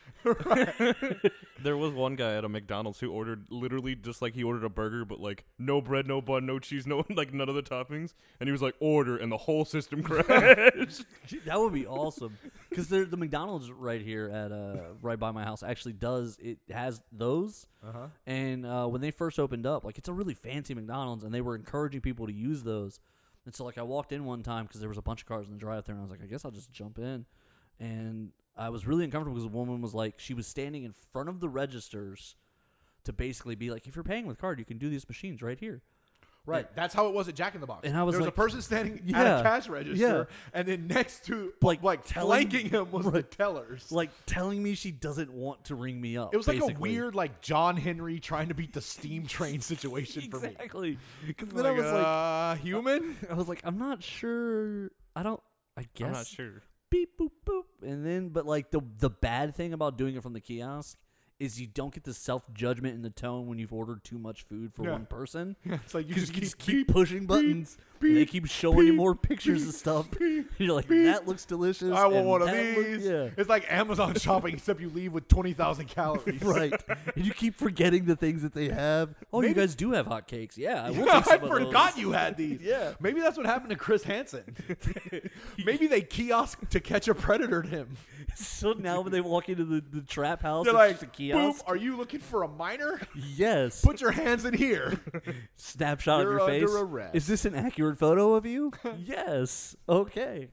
[SPEAKER 3] There was one guy at a McDonald's who ordered literally just like he ordered a burger, but like no bread, no bun, no cheese, no like none of the toppings. And he was like, order, and the whole system crashed.
[SPEAKER 1] that would be awesome. Because the McDonald's right here at uh right by my house actually does it has those. Uh-huh. And uh, when they first opened up, like it's a really fancy McDonald's, and they were encouraging people to use those. And so like I walked in one time because there was a bunch of cars in the drive-thru, and I was like, I guess I'll just jump in. And I was really uncomfortable because the woman was like, she was standing in front of the registers to basically be like, if you're paying with card, you can do these machines right here.
[SPEAKER 2] Right. That's how it was at Jack in the Box.
[SPEAKER 1] And I was
[SPEAKER 2] there was
[SPEAKER 1] like-
[SPEAKER 2] a person standing at
[SPEAKER 1] Yeah.
[SPEAKER 2] a cash register,
[SPEAKER 1] Yeah.
[SPEAKER 2] and then next to
[SPEAKER 1] Like,
[SPEAKER 2] like, like
[SPEAKER 1] telling-
[SPEAKER 2] flanking him was the tellers.
[SPEAKER 1] Like telling me she doesn't want to ring me up.
[SPEAKER 2] it was like a
[SPEAKER 1] basically.
[SPEAKER 2] weird like John Henry trying to beat the steam train situation for me.
[SPEAKER 1] Exactly. Because
[SPEAKER 2] Then
[SPEAKER 1] then I was like,
[SPEAKER 2] uh, human.
[SPEAKER 1] I was like, I'm not sure. I don't. I guess.
[SPEAKER 3] I'm not sure.
[SPEAKER 1] Beep boop boop. And then, but like the the bad thing about doing it from the kiosk is you don't get the self judgment in the tone when you've ordered too much food for
[SPEAKER 2] Yeah.
[SPEAKER 1] one person.
[SPEAKER 2] It's like you
[SPEAKER 1] 'Cause you
[SPEAKER 2] just keep,
[SPEAKER 1] just keep
[SPEAKER 2] beep,
[SPEAKER 1] pushing
[SPEAKER 2] beep,
[SPEAKER 1] buttons. and they
[SPEAKER 2] beep,
[SPEAKER 1] keep showing you
[SPEAKER 2] beep,
[SPEAKER 1] more pictures
[SPEAKER 2] beep,
[SPEAKER 1] of stuff.
[SPEAKER 2] beep,
[SPEAKER 1] You're like,
[SPEAKER 2] beep.
[SPEAKER 1] that looks delicious.
[SPEAKER 2] I want
[SPEAKER 1] and
[SPEAKER 2] one of
[SPEAKER 1] that look-
[SPEAKER 2] these.
[SPEAKER 1] yeah.
[SPEAKER 2] It's like Amazon shopping, except you leave with twenty thousand calories.
[SPEAKER 1] Right, and you keep forgetting the things that they have. Oh, you
[SPEAKER 2] Maybe-
[SPEAKER 1] guys do have hotcakes. Yeah, I will
[SPEAKER 2] Yeah,
[SPEAKER 1] take
[SPEAKER 2] I
[SPEAKER 1] some of
[SPEAKER 2] forgot
[SPEAKER 1] those.
[SPEAKER 2] you had these.
[SPEAKER 1] Yeah.
[SPEAKER 2] Maybe that's what happened to Chris Hansen. Maybe they kiosk to catch a predator to him.
[SPEAKER 1] So now when they walk into the, the trap house,
[SPEAKER 2] They're
[SPEAKER 1] it's
[SPEAKER 2] like,
[SPEAKER 1] just a
[SPEAKER 2] boom,
[SPEAKER 1] kiosk.
[SPEAKER 2] are you looking for a minor?
[SPEAKER 1] yes,
[SPEAKER 2] Put your hands in here.
[SPEAKER 1] snapshot
[SPEAKER 2] You're
[SPEAKER 1] of your
[SPEAKER 2] under
[SPEAKER 1] face.
[SPEAKER 2] arrest.
[SPEAKER 1] Is this an accurate photo of you? yes. Okay.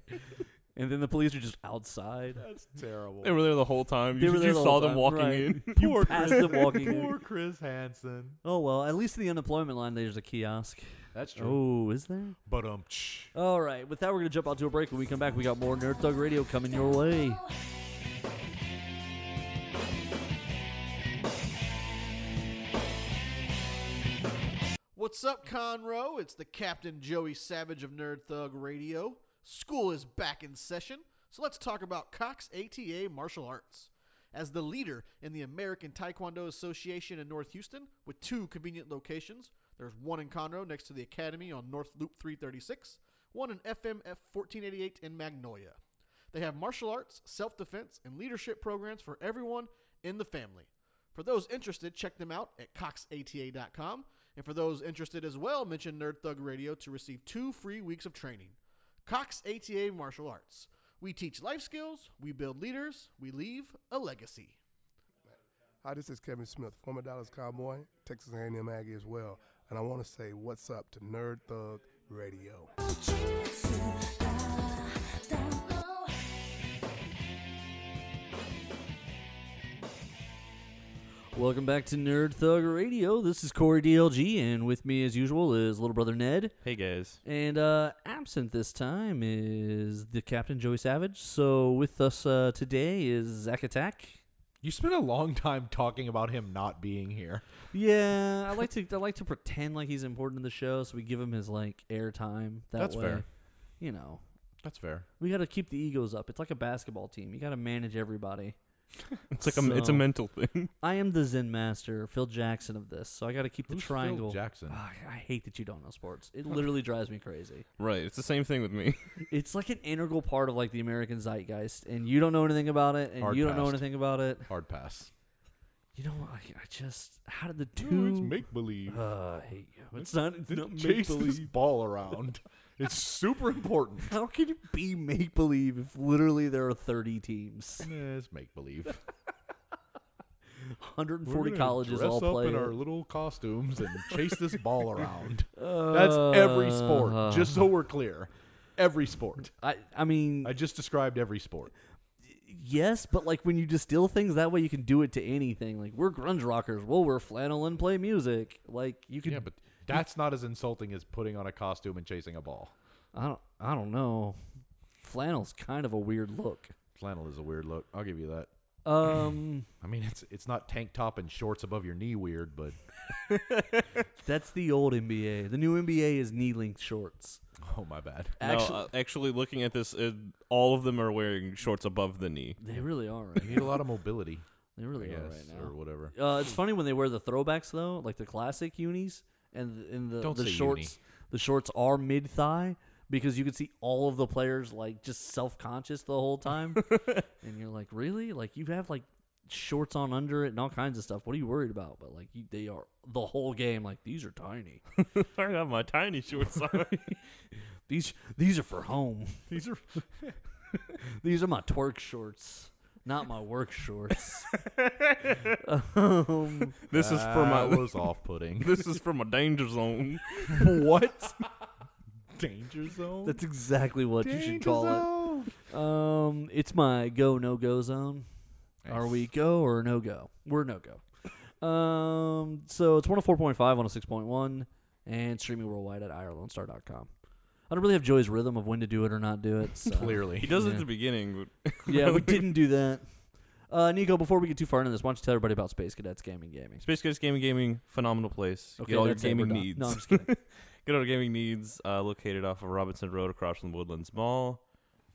[SPEAKER 1] And then the police are just outside.
[SPEAKER 2] That's terrible.
[SPEAKER 3] They were there the whole time.
[SPEAKER 1] They
[SPEAKER 3] You,
[SPEAKER 1] were
[SPEAKER 3] you
[SPEAKER 1] there the
[SPEAKER 3] saw
[SPEAKER 1] whole
[SPEAKER 3] them
[SPEAKER 1] time,
[SPEAKER 3] walking
[SPEAKER 1] right.
[SPEAKER 3] in.
[SPEAKER 1] You passed them walking in.
[SPEAKER 2] Poor Chris Hansen.
[SPEAKER 1] Oh well, at least in the unemployment line there's a kiosk.
[SPEAKER 2] That's
[SPEAKER 1] Oh, is there?
[SPEAKER 2] But um, tsh.
[SPEAKER 1] All right. With that, we're gonna jump out to a break. When we come back, we got more Nerd Thug Radio coming your way.
[SPEAKER 5] What's up, Conroe? It's the Captain Joey Savage of Nerd Thug Radio. School is back in session, so let's talk about Cox ATA Martial Arts. As the leader in the American Taekwondo Association in North Houston, with two convenient locations, there's one in Conroe next to the Academy on North Loop 336, one in FMF 1488 in Magnolia. They have martial arts, self defense, and leadership programs for everyone in the family. For those interested, check them out at coxata.com. And for those interested as well, mention Nerd Thug Radio to receive two free weeks of training. Cox ATA Martial Arts. We teach life skills, we build leaders, we leave a legacy.
[SPEAKER 6] Hi, this is Kevin Smith, former Dallas Cowboy, Texas A&M Aggie as well, and I want to say what's up to Nerd Thug Radio.
[SPEAKER 1] Welcome back to Nerd Thug Radio. This is Corey DLG, and with me, as usual, is little brother Ned.
[SPEAKER 3] Hey guys.
[SPEAKER 1] And uh, absent this time is the Captain Joey Savage. So with us uh, today is Zack Attack.
[SPEAKER 2] You spent a long time talking about him not being here.
[SPEAKER 1] Yeah, I like to I like to pretend like he's important to the show, so we give him his like airtime. That
[SPEAKER 3] That's
[SPEAKER 1] way,
[SPEAKER 3] fair.
[SPEAKER 1] You know,
[SPEAKER 2] That's fair.
[SPEAKER 1] we got to keep the egos up. It's like a basketball team. You got to manage everybody.
[SPEAKER 3] It's like a, it's
[SPEAKER 1] So-
[SPEAKER 3] a mental thing.
[SPEAKER 1] I am the Zen master, Phil Jackson of this, so I got to keep the
[SPEAKER 2] Who's Phil
[SPEAKER 1] triangle.
[SPEAKER 2] Jackson?
[SPEAKER 1] Ah, I hate that you don't know sports. It literally drives me crazy.
[SPEAKER 3] Right. It's the same thing with me.
[SPEAKER 1] It's like an integral part of like the American zeitgeist, and you don't know anything about it, and
[SPEAKER 2] Hard
[SPEAKER 1] you don't know
[SPEAKER 2] passed.
[SPEAKER 1] anything about it.
[SPEAKER 2] Hard pass.
[SPEAKER 1] You know, what, I, I just how did the
[SPEAKER 2] Ooh, it's
[SPEAKER 1] two?
[SPEAKER 2] make believe.
[SPEAKER 1] uh, I hate you. It's not. It's not make
[SPEAKER 2] Chase this
[SPEAKER 1] believe.
[SPEAKER 2] ball around. It's super important.
[SPEAKER 1] How can it be make believe if literally there are thirty teams,
[SPEAKER 2] Eh, It's make believe. We're
[SPEAKER 1] 140
[SPEAKER 2] gonna
[SPEAKER 1] colleges
[SPEAKER 2] dress
[SPEAKER 1] all
[SPEAKER 2] up
[SPEAKER 1] play?
[SPEAKER 2] in
[SPEAKER 1] it.
[SPEAKER 2] our little costumes and chase this ball around. That's every
[SPEAKER 1] Uh,
[SPEAKER 2] sport. Just so we're clear, every sport.
[SPEAKER 1] I, I mean,
[SPEAKER 2] I just described every sport.
[SPEAKER 1] yes, but like when you distill things that way, you can do it to anything. Like we're grunge rockers. We'll wear flannel and play music. Like you can.
[SPEAKER 2] Yeah, but that's not as insulting as putting on a costume and chasing a ball.
[SPEAKER 1] I don't. I don't know. Flannel's kind of a weird look.
[SPEAKER 2] Flannel is a weird look. I'll give you that.
[SPEAKER 1] Um,
[SPEAKER 2] I mean, it's it's not tank top and shorts above your knee weird, but
[SPEAKER 1] that's the old NBA. The new NBA is knee length shorts.
[SPEAKER 2] oh my bad.
[SPEAKER 1] Actually,
[SPEAKER 3] no, uh, actually, looking at this, uh, all of them are wearing shorts above the knee.
[SPEAKER 1] they really are. Right.
[SPEAKER 2] You need a lot of mobility,
[SPEAKER 1] They
[SPEAKER 2] I
[SPEAKER 1] really
[SPEAKER 2] guess,
[SPEAKER 1] are right now.
[SPEAKER 2] or whatever.
[SPEAKER 1] Uh, it's funny when they wear the throwbacks though, like the classic unis, and in the
[SPEAKER 2] Don't
[SPEAKER 1] the
[SPEAKER 2] say
[SPEAKER 1] shorts.
[SPEAKER 2] uni.
[SPEAKER 1] The shorts are mid thigh because you can see all of the players like just self conscious the whole time, and you're like, really? Like you have like shorts on under it and all kinds of stuff. What are you worried about? But like you, they are the whole game. Like these are tiny.
[SPEAKER 3] I got my tiny shorts on.
[SPEAKER 1] these these are for home.
[SPEAKER 2] These are
[SPEAKER 1] These are my twerk shorts, not my work shorts. um,
[SPEAKER 3] this is for
[SPEAKER 2] That
[SPEAKER 3] my.
[SPEAKER 2] was off putting.
[SPEAKER 3] This is for my danger zone.
[SPEAKER 2] what? Danger zone.
[SPEAKER 1] that's exactly what you should call it. Um, it's my go no go zone. Are we go or no go? We're no go. Um, so it's one of four point five on a six point one, and streaming worldwide at irlonestar.com. I don't really have Joey's rhythm of when to do it or not do it. So.
[SPEAKER 3] He
[SPEAKER 2] Clearly.
[SPEAKER 3] does it
[SPEAKER 1] Yeah.
[SPEAKER 3] at the beginning. But
[SPEAKER 1] yeah, we didn't do that. Uh, Nico, before we get too far into this, why don't you tell everybody about Space Cadets Gaming Gaming?
[SPEAKER 3] Space Case Gaming Gaming, phenomenal place.
[SPEAKER 1] Okay,
[SPEAKER 3] Get all your
[SPEAKER 1] that's it, we're
[SPEAKER 3] gaming
[SPEAKER 1] done.
[SPEAKER 3] needs.
[SPEAKER 1] No, I'm just kidding.
[SPEAKER 3] Get all your gaming needs. Uh, located off of Robinson Road, across from the Woodlands Mall.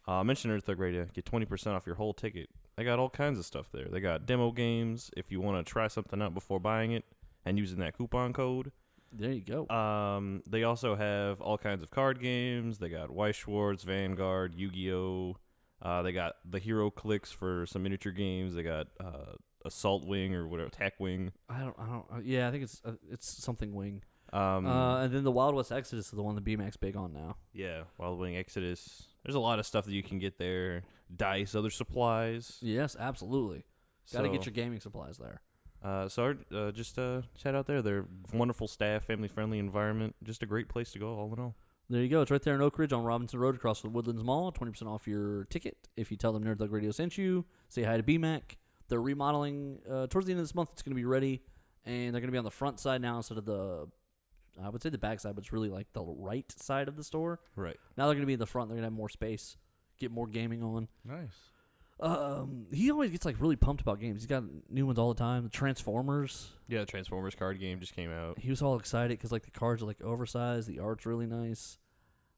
[SPEAKER 3] Uh, mention Earth Thug Radio. Get twenty percent off your whole ticket. They got all kinds of stuff there. They got demo games if you want to try something out before buying it and using that coupon code.
[SPEAKER 1] there you go.
[SPEAKER 3] Um, they also have all kinds of card games. They got Weiss Schwartz, Vanguard, Yu Gi Oh. Uh, they got the Hero Clicks for some miniature games. They got uh, Assault Wing or whatever, Attack Wing.
[SPEAKER 1] I don't. I don't. Uh, yeah, I think it's uh, it's something wing.
[SPEAKER 3] Um,
[SPEAKER 1] Uh, and then the Wild West Exodus is the one that BMAC's big on now.
[SPEAKER 3] yeah, Wild Wing Exodus. There's a lot of stuff that you can get there. Dice, other supplies.
[SPEAKER 1] Yes, absolutely. Got to get
[SPEAKER 3] So-
[SPEAKER 1] your gaming supplies there.
[SPEAKER 3] Uh, so our- uh, just uh, shout out there. They're wonderful staff, family friendly environment. Just a great place to go, all in all.
[SPEAKER 1] There you go. It's right there in Oak Ridge on Robinson Road across from Woodlands Mall. 20% off your ticket if you tell them Nerd Thug Radio sent you. Say hi to BMAC. They're remodeling uh, towards the end of this month. It's going to be ready. And they're going to be on the front side now instead of the, I would say the back side, but it's really like the right side of the store.
[SPEAKER 3] Right.
[SPEAKER 1] Now they're going to be in the front. They're going to have more space, get more gaming on.
[SPEAKER 2] Nice.
[SPEAKER 1] Um, he always gets like really pumped about games. He's got new ones all the time. The Transformers.
[SPEAKER 3] Yeah, the Transformers card game just came out.
[SPEAKER 1] He was all excited because like the cards are like oversized. The art's really nice.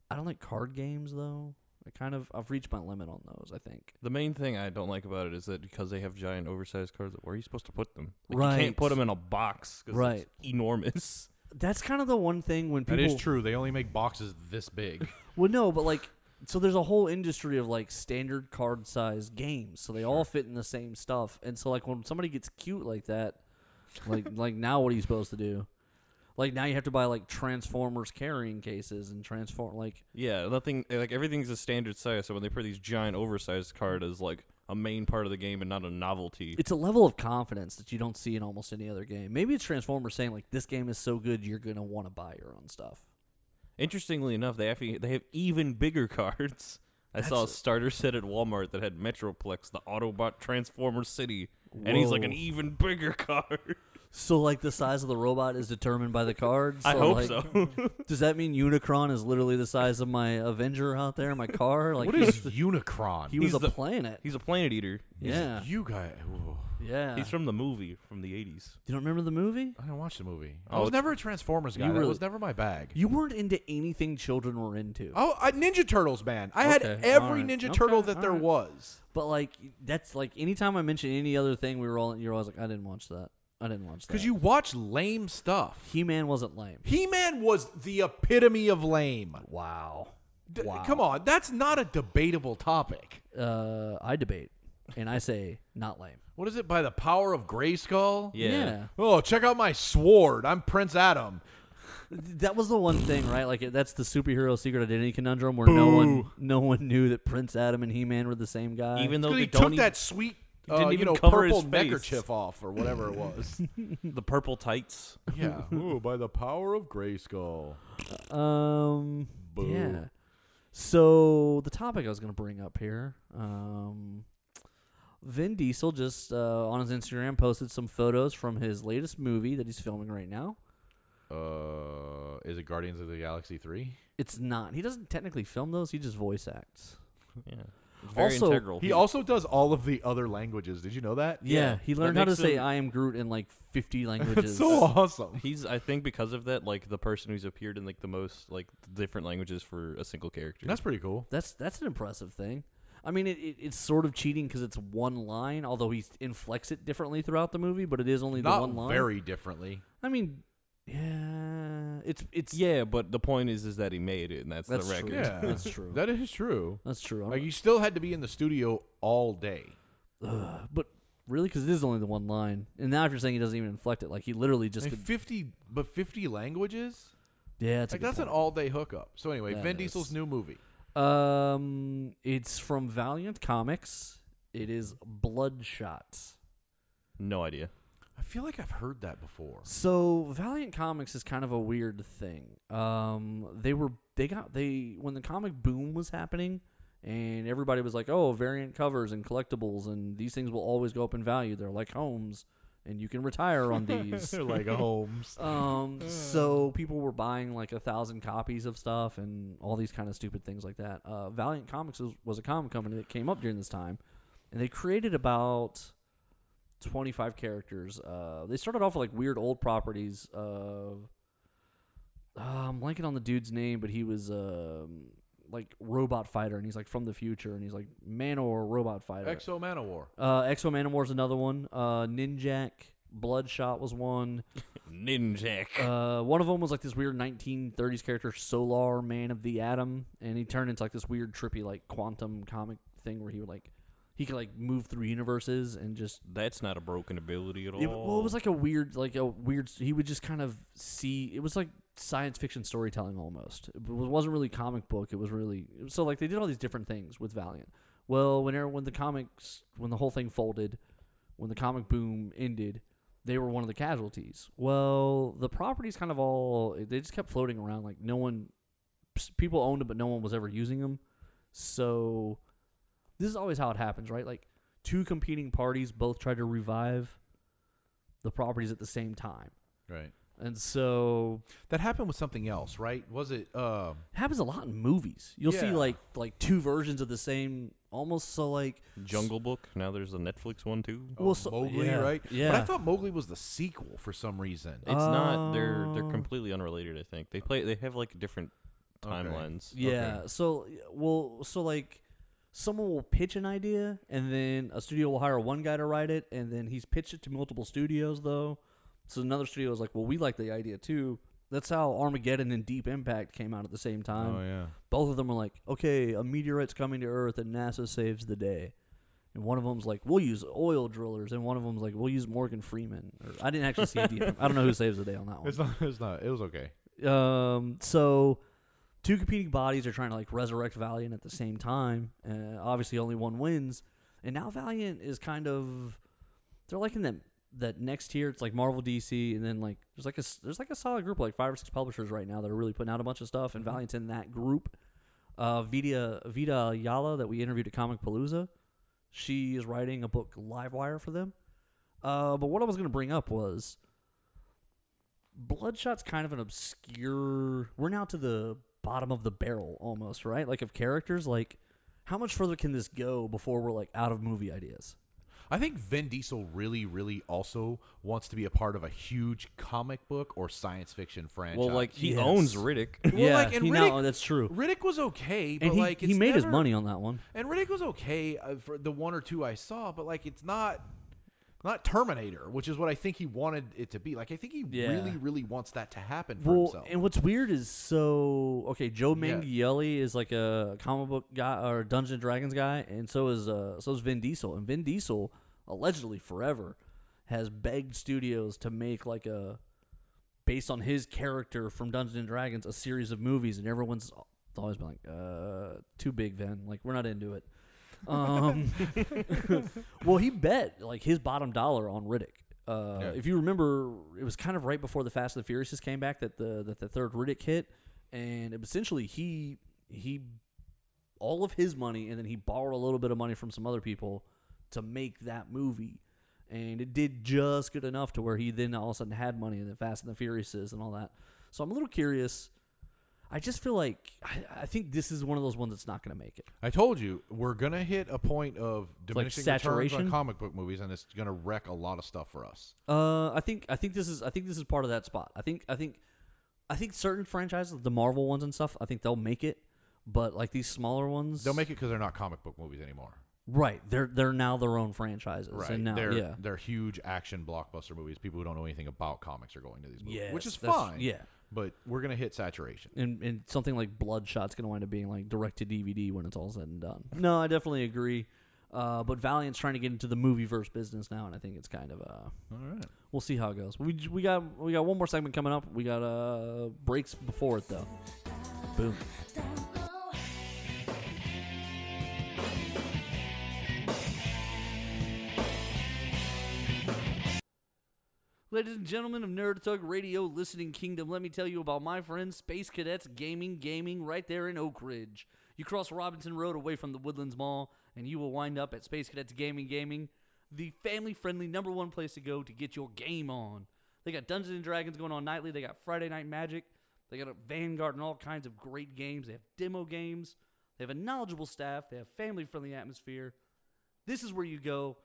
[SPEAKER 1] I don't like card games though. I kind of I've reached my limit on those. I think.
[SPEAKER 3] The main thing I don't like about it is that because they have giant oversized cards, where are you supposed to put them? Like, You
[SPEAKER 1] Right.
[SPEAKER 3] can't put them in a box because
[SPEAKER 1] Right.
[SPEAKER 3] it's enormous.
[SPEAKER 1] That's kind of the one thing when people.
[SPEAKER 2] That is true. They only make boxes this big.
[SPEAKER 1] Well, no, but like so there's a whole industry of like standard card size games, so they all fit in the same stuff. And so like when somebody gets cute like that, like like now what are you supposed to do? Like now you have to buy like Transformers carrying cases and transform like
[SPEAKER 3] Yeah, nothing like everything's a standard size. So when they put these giant oversized card as like a main part of the game and not a novelty,
[SPEAKER 1] it's a level of confidence that you don't see in almost any other game. Maybe it's Transformers saying like this game is so good you're gonna want to buy your own stuff.
[SPEAKER 3] interestingly enough, they have they have even bigger cards. I saw a starter set at Walmart that had Metroplex, the Autobot Transformer City, and he's like an
[SPEAKER 1] Whoa.
[SPEAKER 3] even bigger card.
[SPEAKER 1] So like the size of the robot is determined by the card. So,
[SPEAKER 3] I hope
[SPEAKER 1] like,
[SPEAKER 3] so.
[SPEAKER 1] Does that mean Unicron is literally the size of my Avenger out there, my car? Like
[SPEAKER 2] What
[SPEAKER 1] he's
[SPEAKER 2] is
[SPEAKER 1] the-
[SPEAKER 2] Unicron?
[SPEAKER 1] He was
[SPEAKER 3] He's
[SPEAKER 1] a
[SPEAKER 3] the-
[SPEAKER 1] planet.
[SPEAKER 3] he's a planet eater.
[SPEAKER 1] yeah,
[SPEAKER 2] You guys. ooh.
[SPEAKER 1] yeah.
[SPEAKER 3] He's from the movie from the '80s.
[SPEAKER 1] you don't remember the movie?
[SPEAKER 2] I didn't watch the movie. I
[SPEAKER 3] Oh,
[SPEAKER 2] was
[SPEAKER 3] it's-
[SPEAKER 2] never a Transformers guy.
[SPEAKER 1] You
[SPEAKER 2] That
[SPEAKER 1] really-
[SPEAKER 2] was never my bag.
[SPEAKER 1] You weren't into anything children were into,
[SPEAKER 3] Uh,
[SPEAKER 2] Oh, I, Ninja Turtles, man! I had
[SPEAKER 1] Okay,
[SPEAKER 2] every
[SPEAKER 1] alright.
[SPEAKER 2] Ninja
[SPEAKER 1] Okay,
[SPEAKER 2] Turtle that there
[SPEAKER 1] alright.
[SPEAKER 2] was.
[SPEAKER 1] but like that's like anytime I mention any other thing, we were all you're always like, I didn't watch that. I didn't watch that.
[SPEAKER 2] Because you watch lame stuff.
[SPEAKER 1] He Man wasn't lame.
[SPEAKER 2] He Man was the epitome of lame.
[SPEAKER 1] Wow.
[SPEAKER 2] D-
[SPEAKER 1] Wow.
[SPEAKER 2] Come on, that's not a debatable topic.
[SPEAKER 1] Uh, I debate, and I say not lame.
[SPEAKER 2] What is it by the power of Grayskull?
[SPEAKER 3] Yeah.
[SPEAKER 2] Oh, check out my sword. I'm Prince Adam.
[SPEAKER 1] that was the one thing, right? Like that's the superhero secret identity conundrum where no one, no one knew that Prince Adam and He Man were the same guy.
[SPEAKER 3] Even though
[SPEAKER 2] Because
[SPEAKER 3] they
[SPEAKER 2] he
[SPEAKER 3] don't
[SPEAKER 2] took
[SPEAKER 3] even-
[SPEAKER 2] that sweet, uh,
[SPEAKER 3] didn't
[SPEAKER 2] you
[SPEAKER 3] even
[SPEAKER 2] know,
[SPEAKER 3] cover his
[SPEAKER 2] purple
[SPEAKER 3] face.
[SPEAKER 2] neckerchief off or whatever it was.
[SPEAKER 3] the purple tights.
[SPEAKER 2] yeah. Ooh, by the power of Grayskull.
[SPEAKER 1] Um.
[SPEAKER 2] Boo.
[SPEAKER 1] Yeah. So the topic I was going to bring up here, um, Vin Diesel just uh, on his Instagram posted some photos from his latest movie that he's filming right now.
[SPEAKER 2] Uh, is it Guardians of the Galaxy three?
[SPEAKER 1] It's not. He doesn't technically film those. He just voice acts.
[SPEAKER 3] Yeah. It's very
[SPEAKER 1] Also,
[SPEAKER 3] integral.
[SPEAKER 2] He also does all of the other languages. Did you know that?
[SPEAKER 1] Yeah. he learned how to
[SPEAKER 3] makes
[SPEAKER 1] say
[SPEAKER 3] him-
[SPEAKER 1] "I am Groot" in like fifty languages.
[SPEAKER 2] So awesome.
[SPEAKER 3] He's, I think, because of that, like the person who's appeared in like the most like different languages for a single character.
[SPEAKER 2] That's pretty cool.
[SPEAKER 1] That's that's an impressive thing. I mean, it, it, it's sort of cheating because it's one line, although he inflects it differently throughout the movie. But it is only the
[SPEAKER 2] Not
[SPEAKER 1] one line.
[SPEAKER 2] very differently.
[SPEAKER 1] I mean, yeah, it's it's
[SPEAKER 3] yeah, but the point is, is that he made it, and that's,
[SPEAKER 1] That's
[SPEAKER 3] the
[SPEAKER 1] true.
[SPEAKER 3] record.
[SPEAKER 1] Yeah. That's true.
[SPEAKER 2] That is true.
[SPEAKER 1] That's true. I
[SPEAKER 2] Like
[SPEAKER 1] don't-
[SPEAKER 2] you still had to be in the studio all day.
[SPEAKER 1] but really, because it is only the one line. And now, if you're saying he doesn't even inflect it, like he literally just
[SPEAKER 2] Like
[SPEAKER 1] could,
[SPEAKER 2] fifty, but fifty languages.
[SPEAKER 1] yeah, that's, a
[SPEAKER 2] Like
[SPEAKER 1] good
[SPEAKER 2] that's an
[SPEAKER 1] point.
[SPEAKER 2] all day hookup. So anyway,
[SPEAKER 1] That
[SPEAKER 2] Vin
[SPEAKER 1] is.
[SPEAKER 2] Diesel's new movie.
[SPEAKER 1] Um, it's from Valiant Comics. It is Bloodshot.
[SPEAKER 3] No idea.
[SPEAKER 2] I feel like I've heard that before.
[SPEAKER 1] So Valiant Comics is kind of a weird thing. Um, they were they got they when the comic boom was happening, and everybody was like, "Oh, variant covers and collectibles, and these things will always go up in value. They're like homes, and you can retire on these."
[SPEAKER 2] like Holmes.
[SPEAKER 1] um, so people were buying like a thousand copies of stuff and all these kind of stupid things like that. Uh, Valiant Comics was, was a comic company that came up during this time, and they created about twenty five characters. Uh, they started off with like weird old properties of. Uh, I'm blanking on the dude's name, but he was um, like robot fighter, and he's like from the future, and he's like man or robot fighter.
[SPEAKER 2] Exo Manowar.
[SPEAKER 1] uh, Exo Manowar is another one. Uh, Ninjak, Bloodshot was one.
[SPEAKER 3] Ninja.
[SPEAKER 1] Uh, one of them was like this weird 1930s character, Solar Man of the Atom, and he turned into like this weird trippy like quantum comic thing where he would like he could like move through universes and just
[SPEAKER 3] That's not a broken ability at all.
[SPEAKER 1] it, well, it was like a weird, like a weird. He would just kind of see. It was like science fiction storytelling almost. It w- wasn't really comic book. It was really so like they did all these different things with Valiant. Well, whenever when the comics, when the whole thing folded, when the comic boom ended, they were one of the casualties. Well, the properties kind of all they just kept floating around. Like no one, s- people owned it, but no one was ever using them. So this is always how it happens, right? Like two competing parties both try to revive the properties at the same time.
[SPEAKER 2] Right.
[SPEAKER 1] And so
[SPEAKER 2] That happened with something else, right? Was it? Um,
[SPEAKER 1] it happens a lot in movies. You'll see
[SPEAKER 2] Yeah.
[SPEAKER 1] like like two versions of the same almost so like
[SPEAKER 3] Jungle Book. Now there's a Netflix one too.
[SPEAKER 1] well, so,
[SPEAKER 2] Mowgli,
[SPEAKER 1] yeah,
[SPEAKER 2] right?
[SPEAKER 1] Yeah.
[SPEAKER 2] But I thought Mowgli was the sequel for some reason.
[SPEAKER 3] It's not. They're
[SPEAKER 1] Oh.
[SPEAKER 3] they're completely unrelated. I think they play. They have like different timelines.
[SPEAKER 1] Yeah. So well, so like someone will pitch an idea, and then a studio will hire one guy to write it, and then he's pitched it to multiple studios though. So another studio is like, well, we like the idea too. That's how Armageddon and Deep Impact came out at the same time.
[SPEAKER 2] Oh, yeah.
[SPEAKER 1] Both of them are like, okay, a meteorite's coming to Earth, and NASA saves the day. And one of them's like, we'll use oil drillers, and one of them's like, we'll use Morgan Freeman. Or, I didn't actually see Deep. Impact. I don't know who saves the day on that one.
[SPEAKER 2] It's not. It's not. It was okay.
[SPEAKER 1] Um, so two competing bodies are trying to like resurrect Valiant at the same time. Uh, obviously, only one wins, and now Valiant is kind of they're like in that that next tier. It's like Marvel, DC, and then like there's like a s- there's like a solid group of like five or six publishers right now that are really putting out a bunch of stuff, and Valiant's in that group. Uh, Vita Vita Yala that we interviewed at Comic Palooza, she is writing a book Livewire for them. Uh, but what I was going to bring up was Bloodshot's kind of an obscure. We're now to the bottom of the barrel almost, right? Like of characters, like how much further can this go before we're like out of movie ideas?
[SPEAKER 2] I think Vin Diesel really, really also wants to be a part of a huge comic book or science fiction franchise.
[SPEAKER 3] Well, like he
[SPEAKER 1] Yes.
[SPEAKER 3] owns Riddick.
[SPEAKER 2] Well, like, and
[SPEAKER 1] he,
[SPEAKER 2] Riddick,
[SPEAKER 1] no, that's true.
[SPEAKER 2] Riddick was okay, but
[SPEAKER 1] and he,
[SPEAKER 2] like
[SPEAKER 1] he
[SPEAKER 2] it's
[SPEAKER 1] made his
[SPEAKER 2] never-
[SPEAKER 1] money on that one.
[SPEAKER 2] And Riddick was okay uh, for the one or two I saw, but like it's not not Terminator, which is what I think he wanted it to be. Like I think he
[SPEAKER 1] Yeah.
[SPEAKER 2] really, really wants that to happen for
[SPEAKER 1] Well,
[SPEAKER 2] himself.
[SPEAKER 1] and what's weird is so okay. Joe
[SPEAKER 2] Yeah.
[SPEAKER 1] Manganiello is like a comic book guy or Dungeons and Dragons guy, and so is uh, so is Vin Diesel. And Vin Diesel allegedly forever has begged studios to make like a based on his character from Dungeons and Dragons a series of movies, and everyone's always been like, uh, too big, Vin. Like we're not into it. Um, well, he bet like his bottom dollar on Riddick. Uh,
[SPEAKER 2] Yeah.
[SPEAKER 1] If you remember, it was kind of right before the Fast and the Furious came back that the that the third Riddick hit, and essentially he he all of his money and then he borrowed a little bit of money from some other people to make that movie. And it did just good enough to where he then all of a sudden had money and the Fast and the Furious and all that. So I'm a little curious. I just feel like I, I think this is one of those ones that's not going to make it.
[SPEAKER 2] I told you we're gonna hit a point of diminishing returns
[SPEAKER 1] saturation?
[SPEAKER 2] on comic book movies, and it's gonna wreck a lot of stuff for us.
[SPEAKER 1] Uh, I think I think this is I think this is part of that spot. I think I think I think certain franchises, the Marvel ones and stuff, I think they'll make it. But like these smaller ones,
[SPEAKER 2] They'll make it because they're not comic book movies anymore.
[SPEAKER 1] right. They're they're now their own franchises,
[SPEAKER 2] Right?
[SPEAKER 1] And now,
[SPEAKER 2] they're
[SPEAKER 1] yeah,
[SPEAKER 2] they're huge action blockbuster movies. People who don't know anything about comics are going to these movies,
[SPEAKER 1] Yes,
[SPEAKER 2] which is
[SPEAKER 1] that's-
[SPEAKER 2] fine.
[SPEAKER 1] yeah.
[SPEAKER 2] but we're gonna hit saturation.
[SPEAKER 1] and and something like Bloodshot's going to wind up being like direct to DVD when it's all said and done. No, I definitely agree. Uh, but Valiant's trying to get into the movie verse business now, and I think it's kind of uh,
[SPEAKER 2] All right.
[SPEAKER 1] we'll see how it goes. We j- we got we got one more segment coming up. We got uh breaks before it though. Boom. Ladies and gentlemen of Nerd Tug Radio Listening Kingdom, let me tell you about my friends Space Cadets Gaming Gaming right there in Oak Ridge. You cross Robinson Road away from the Woodlands Mall, and you will wind up at Space Cadets Gaming Gaming, the family friendly number one place to go to get your game on. They got Dungeons and Dragons going on nightly, they got Friday Night Magic, they got a Vanguard and all kinds of great games. They have demo games, they have a knowledgeable staff, they have family friendly atmosphere. This is where you go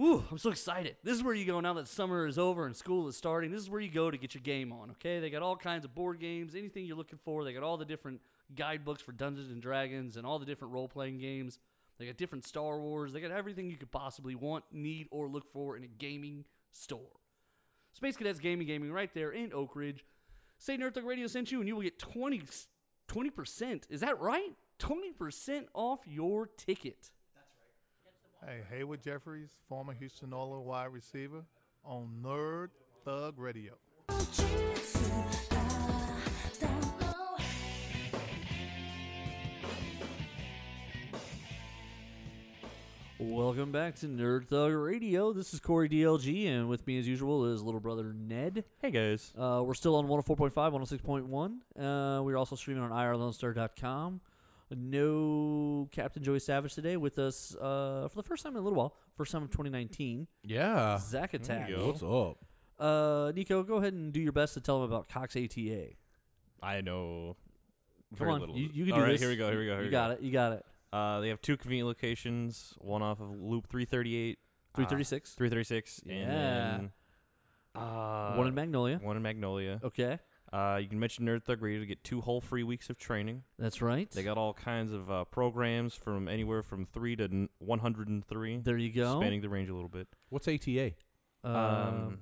[SPEAKER 1] Ooh, I'm so excited. This is where you go now that summer is over and school is starting. This is where you go to get your game on, okay? They got all kinds of board games, anything you're looking for. They got all the different guidebooks for Dungeons and Dragons and all the different role playing games. They got different Star Wars. They got everything you could possibly want, need, or look for in a gaming store. Space Cadets Gaming Gaming right there in Oak Ridge. Say Nerdthug Radio sent you, and you will get 20, 20%. Is that right? 20% off your ticket.
[SPEAKER 7] Hey, Hayward Jeffries, former Houston Oilers wide receiver, on Nerd Thug Radio.
[SPEAKER 1] Welcome back to Nerd Thug Radio. This is Corey DLG, and with me, as usual, is little brother Ned.
[SPEAKER 3] Hey guys.
[SPEAKER 1] Uh, we're still on 104.5, 106.1. Uh, we're also streaming on IRLoneStar.com. No Captain Joey Savage today with us uh, for the first time in a little while. First time of 2019.
[SPEAKER 3] Ah,
[SPEAKER 2] Yeah.
[SPEAKER 1] Zack Attack.
[SPEAKER 3] go. What's
[SPEAKER 2] up?
[SPEAKER 1] Uh, Nico, go ahead and do your best to tell them about Cox ATA.
[SPEAKER 3] I know.
[SPEAKER 1] Come
[SPEAKER 3] very
[SPEAKER 1] on,
[SPEAKER 3] little.
[SPEAKER 1] you, you can
[SPEAKER 3] All
[SPEAKER 1] do
[SPEAKER 3] right,
[SPEAKER 1] this.
[SPEAKER 3] here we go. Here we go. Here
[SPEAKER 1] you
[SPEAKER 3] we
[SPEAKER 1] got
[SPEAKER 3] go.
[SPEAKER 1] it. You got it.
[SPEAKER 3] Uh, they have two convenient locations. One off of Loop 338. uh,
[SPEAKER 1] 336.
[SPEAKER 3] 336.
[SPEAKER 1] Yeah.
[SPEAKER 3] And then, uh,
[SPEAKER 1] One in Magnolia.
[SPEAKER 3] One in Magnolia.
[SPEAKER 1] Okay,
[SPEAKER 3] Uh, you can mention Nerd Thug Radio to get two whole free weeks of training.
[SPEAKER 1] that's right.
[SPEAKER 3] They got all kinds of uh, programs from anywhere from three to n- 103.
[SPEAKER 1] there you go.
[SPEAKER 3] Spanning the range a little bit.
[SPEAKER 2] What's ATA?
[SPEAKER 1] Um,
[SPEAKER 3] Um,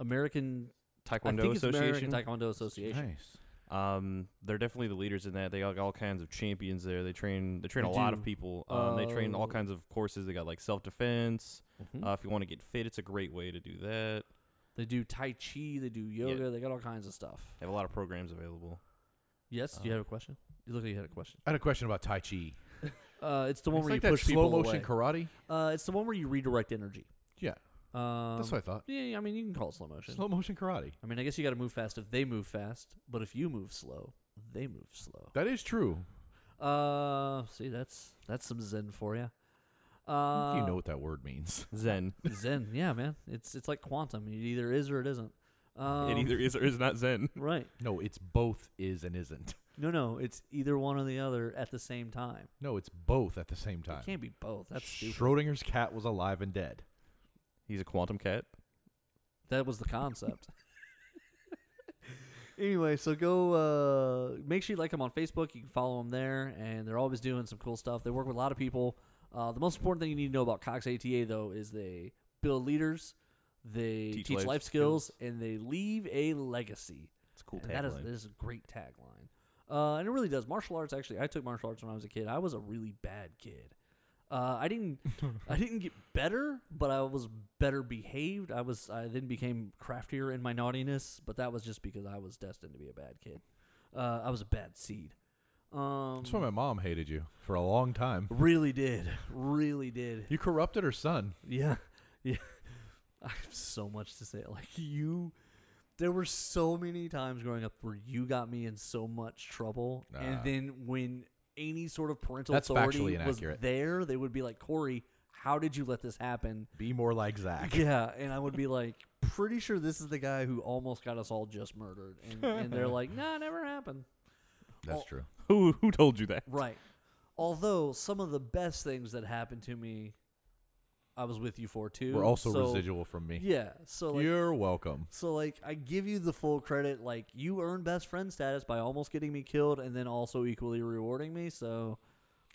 [SPEAKER 1] American
[SPEAKER 3] Taekwondo
[SPEAKER 1] I think it's
[SPEAKER 3] Association.
[SPEAKER 1] American Taekwondo Association.
[SPEAKER 2] Nice.
[SPEAKER 3] Um, they're definitely the leaders in that. They got all kinds of champions there. They train. They train
[SPEAKER 1] They
[SPEAKER 3] a lot
[SPEAKER 1] do.
[SPEAKER 3] of people. Um, they train all
[SPEAKER 1] Uh,
[SPEAKER 3] kinds of courses. They got like self defense.
[SPEAKER 1] Mhm.
[SPEAKER 3] Uh, if you want to get fit, it's a great way to do that.
[SPEAKER 1] They do Tai Chi. They do yoga. They got all kinds of stuff.
[SPEAKER 3] They have a lot of programs available.
[SPEAKER 1] Yes,
[SPEAKER 2] Uh-huh.
[SPEAKER 1] you have a question. You look like you had a question.
[SPEAKER 2] I had a question about Tai Chi.
[SPEAKER 1] Uh, it's the one where
[SPEAKER 2] It's like
[SPEAKER 1] you
[SPEAKER 2] that
[SPEAKER 1] push
[SPEAKER 2] slow
[SPEAKER 1] people
[SPEAKER 2] motion
[SPEAKER 1] away.
[SPEAKER 2] karate.
[SPEAKER 1] uh, it's the one where you redirect energy.
[SPEAKER 2] Yeah,
[SPEAKER 1] Um,
[SPEAKER 2] that's what I thought.
[SPEAKER 1] Yeah, yeah, I mean, you can call it slow motion.
[SPEAKER 2] Slow motion karate.
[SPEAKER 1] I mean, I guess you got to move fast if they move fast, but if you move slow, they move slow.
[SPEAKER 2] That is true.
[SPEAKER 1] Uh, see, that's that's some zen for you. Uh,
[SPEAKER 2] you know what that word means.
[SPEAKER 3] Zen.
[SPEAKER 1] zen, yeah, man. It's it's like quantum. It either is or it isn't. Um,
[SPEAKER 3] it either is or is not Zen.
[SPEAKER 1] right.
[SPEAKER 2] No, it's both is and isn't.
[SPEAKER 1] No, no, it's either one or the other at the same time.
[SPEAKER 2] No, it's both at the same time.
[SPEAKER 1] It can't be both. That's stupid.
[SPEAKER 2] Schrodinger's cat was alive and dead.
[SPEAKER 3] He's a quantum cat.
[SPEAKER 1] That was the concept. anyway, so go uh, make sure you like them on Facebook. You can follow them there, and they're always doing some cool stuff. They work with a lot of people. Uh, the most important thing you need to know about Cox ATA though is they build leaders, they teach,
[SPEAKER 3] Teach
[SPEAKER 1] life,
[SPEAKER 3] life
[SPEAKER 1] skills, and they leave a legacy.
[SPEAKER 3] It's a cool
[SPEAKER 1] And that is that is a great tagline. Uh, and it really does. Martial arts actually. I took martial arts when I was a kid. I was a really bad kid. Uh, I didn't I didn't get better, but I was better behaved. I was I then became craftier in my naughtiness, but that was just because I was destined to be a bad kid. Uh, I was a bad seed. Um,
[SPEAKER 2] That's why my mom hated you for a long time.
[SPEAKER 1] really did, really did.
[SPEAKER 2] You corrupted her son.
[SPEAKER 1] Yeah. Yeah. I have so much to say. Like you there were so many times growing up where you got me in so much trouble
[SPEAKER 2] Nah.
[SPEAKER 1] and then when any sort of parental
[SPEAKER 2] That's
[SPEAKER 1] authority
[SPEAKER 2] factually
[SPEAKER 1] was
[SPEAKER 2] inaccurate.
[SPEAKER 1] there, they would be like, "Corey, how did you let this happen?"
[SPEAKER 2] Be more like Zach.
[SPEAKER 1] Yeah, and I would be like, "Pretty sure this is the guy who almost got us all just murdered." And, and they're like, "Nah, never happened."
[SPEAKER 2] That's
[SPEAKER 1] Oh.
[SPEAKER 2] true.
[SPEAKER 3] Who who told you that?
[SPEAKER 1] Right. Although some of the best things that happened to me, I was with you for too.
[SPEAKER 2] We're also
[SPEAKER 1] so-
[SPEAKER 2] residual from me.
[SPEAKER 1] Yeah. So like,
[SPEAKER 2] You're welcome.
[SPEAKER 1] So like I give you the full credit. Like you earned best friend status by almost getting me killed and then also equally rewarding me. So,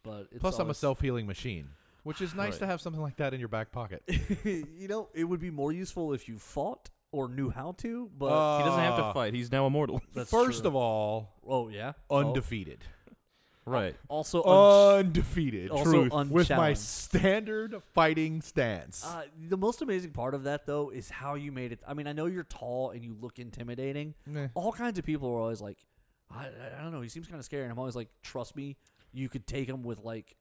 [SPEAKER 1] but it's
[SPEAKER 2] Plus, I'm a
[SPEAKER 1] always-
[SPEAKER 2] self healing machine, which is nice
[SPEAKER 3] Right.
[SPEAKER 2] to have something like that in your back pocket.
[SPEAKER 1] you know, it would be more useful if you fought or knew how to. But
[SPEAKER 3] He doesn't have
[SPEAKER 2] Uh,
[SPEAKER 3] to fight. He's now immortal.
[SPEAKER 1] that's
[SPEAKER 2] First
[SPEAKER 1] true.
[SPEAKER 2] of all,
[SPEAKER 1] oh yeah,
[SPEAKER 2] undefeated.
[SPEAKER 3] right.
[SPEAKER 1] Oh, also,
[SPEAKER 2] Uh,
[SPEAKER 1] unch-
[SPEAKER 2] undefeated.
[SPEAKER 1] also
[SPEAKER 2] With my
[SPEAKER 1] unchallenged.
[SPEAKER 2] standard fighting stance.
[SPEAKER 1] uh, the most amazing part of that though is how you made it. I mean, I know you're tall and you look intimidating.
[SPEAKER 2] Meh.
[SPEAKER 1] All kinds of people are always like, I, I- I don't know, he seems kind of scary. And I'm always like, trust me, you could take him with like.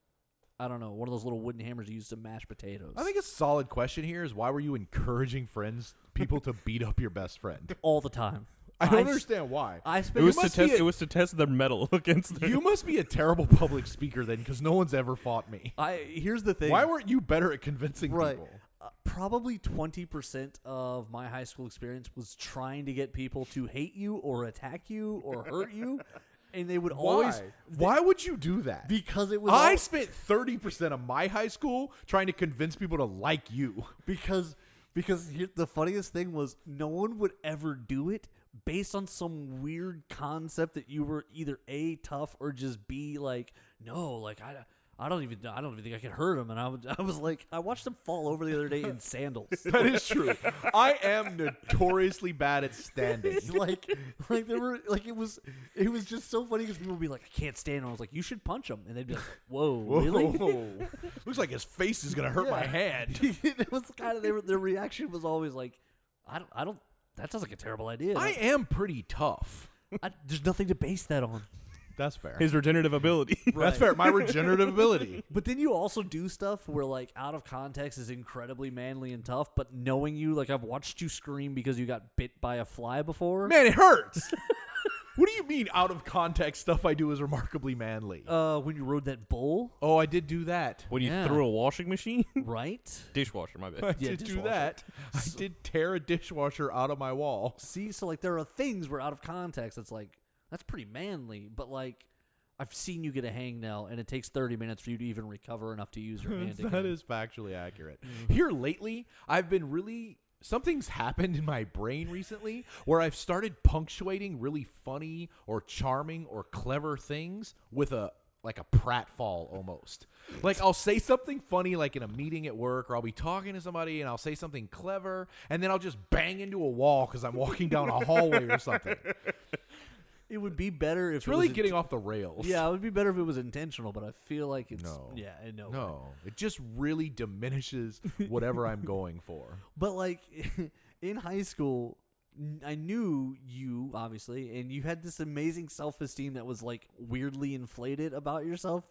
[SPEAKER 1] I don't know, one of those little wooden hammers you use to mash potatoes.
[SPEAKER 2] I think a solid question here is why were you encouraging friends, people to beat up your best friend?
[SPEAKER 1] all the time.
[SPEAKER 2] I don't
[SPEAKER 1] I s-
[SPEAKER 2] understand why.
[SPEAKER 1] I
[SPEAKER 3] It
[SPEAKER 1] spent
[SPEAKER 3] was
[SPEAKER 2] You
[SPEAKER 3] to
[SPEAKER 2] must be
[SPEAKER 3] test.
[SPEAKER 2] a-
[SPEAKER 3] it was to test their metal against. Their,
[SPEAKER 2] you must be a terrible public speaker then, because no one's ever fought me.
[SPEAKER 1] I here's the thing.
[SPEAKER 2] Why weren't you better at convincing
[SPEAKER 1] right?
[SPEAKER 2] people?
[SPEAKER 1] Uh, probably twenty percent of my high school experience was trying to get people to hate you or attack you or hurt you, and they would always
[SPEAKER 2] Why would you do that?
[SPEAKER 1] because it was
[SPEAKER 2] I
[SPEAKER 1] all-
[SPEAKER 2] spent thirty percent of my high school trying to convince people to like you.
[SPEAKER 1] because because here, the funniest thing was no one would ever do it based on some weird concept that you were either a tough or just b like no like I I don't even I don't even think I could hurt him and I, would, I was like I watched him fall over the other day in sandals
[SPEAKER 2] That is true. I am notoriously bad at standing.
[SPEAKER 1] like like there were like it was it was just so funny because people would be like I can't stand him I was like you should punch him and they'd be like whoa, really
[SPEAKER 2] Whoa. Looks like his face is gonna hurt my
[SPEAKER 1] Yeah.
[SPEAKER 2] hand.
[SPEAKER 1] it was kind of their their reaction was always like I don't I don't that sounds like a terrible idea
[SPEAKER 2] I am pretty tough.
[SPEAKER 1] I, there's nothing to base that on.
[SPEAKER 2] That's fair.
[SPEAKER 3] his regenerative ability.
[SPEAKER 2] That's fair. My regenerative ability.
[SPEAKER 1] But then you also do stuff where like out of context is incredibly manly and tough, but knowing you, like I've watched you scream because you got bit by a fly before.
[SPEAKER 2] Man, it hurts. what do you mean out of context stuff I do is remarkably manly?
[SPEAKER 1] Uh, when you rode that bull,
[SPEAKER 2] oh, I did do that.
[SPEAKER 3] when you
[SPEAKER 1] Yeah.
[SPEAKER 3] threw a washing machine,
[SPEAKER 1] right?
[SPEAKER 3] dishwasher. My bad.
[SPEAKER 2] I
[SPEAKER 1] Yeah,
[SPEAKER 2] did do
[SPEAKER 1] dishwasher.
[SPEAKER 2] that. I did tear a dishwasher out of my wall.
[SPEAKER 1] See, so like there are things where out of context, it's like that's pretty manly, but like I've seen you get a hangnail, and it takes thirty minutes for you to even recover enough to use your hand.
[SPEAKER 2] that
[SPEAKER 1] again.
[SPEAKER 2] is factually accurate.
[SPEAKER 1] Mm-hmm.
[SPEAKER 2] Here lately, I've been really something's happened in my brain recently where I've started punctuating really funny or charming or clever things with a like a pratfall almost. Like I'll say something funny like in a meeting at work or I'll be talking to somebody and I'll say something clever and then I'll just bang into a wall cuz I'm walking down a hallway or something. It's
[SPEAKER 1] It would be better if it
[SPEAKER 2] really
[SPEAKER 1] was
[SPEAKER 2] getting
[SPEAKER 1] int-
[SPEAKER 2] off the rails.
[SPEAKER 1] Yeah, it would be better if it was intentional, but I feel like it's
[SPEAKER 2] No.
[SPEAKER 1] yeah, I know.
[SPEAKER 2] No, it just really diminishes whatever I'm going for.
[SPEAKER 1] But like in high school, n- I knew you obviously, and you had this amazing self esteem that was like weirdly inflated about yourself.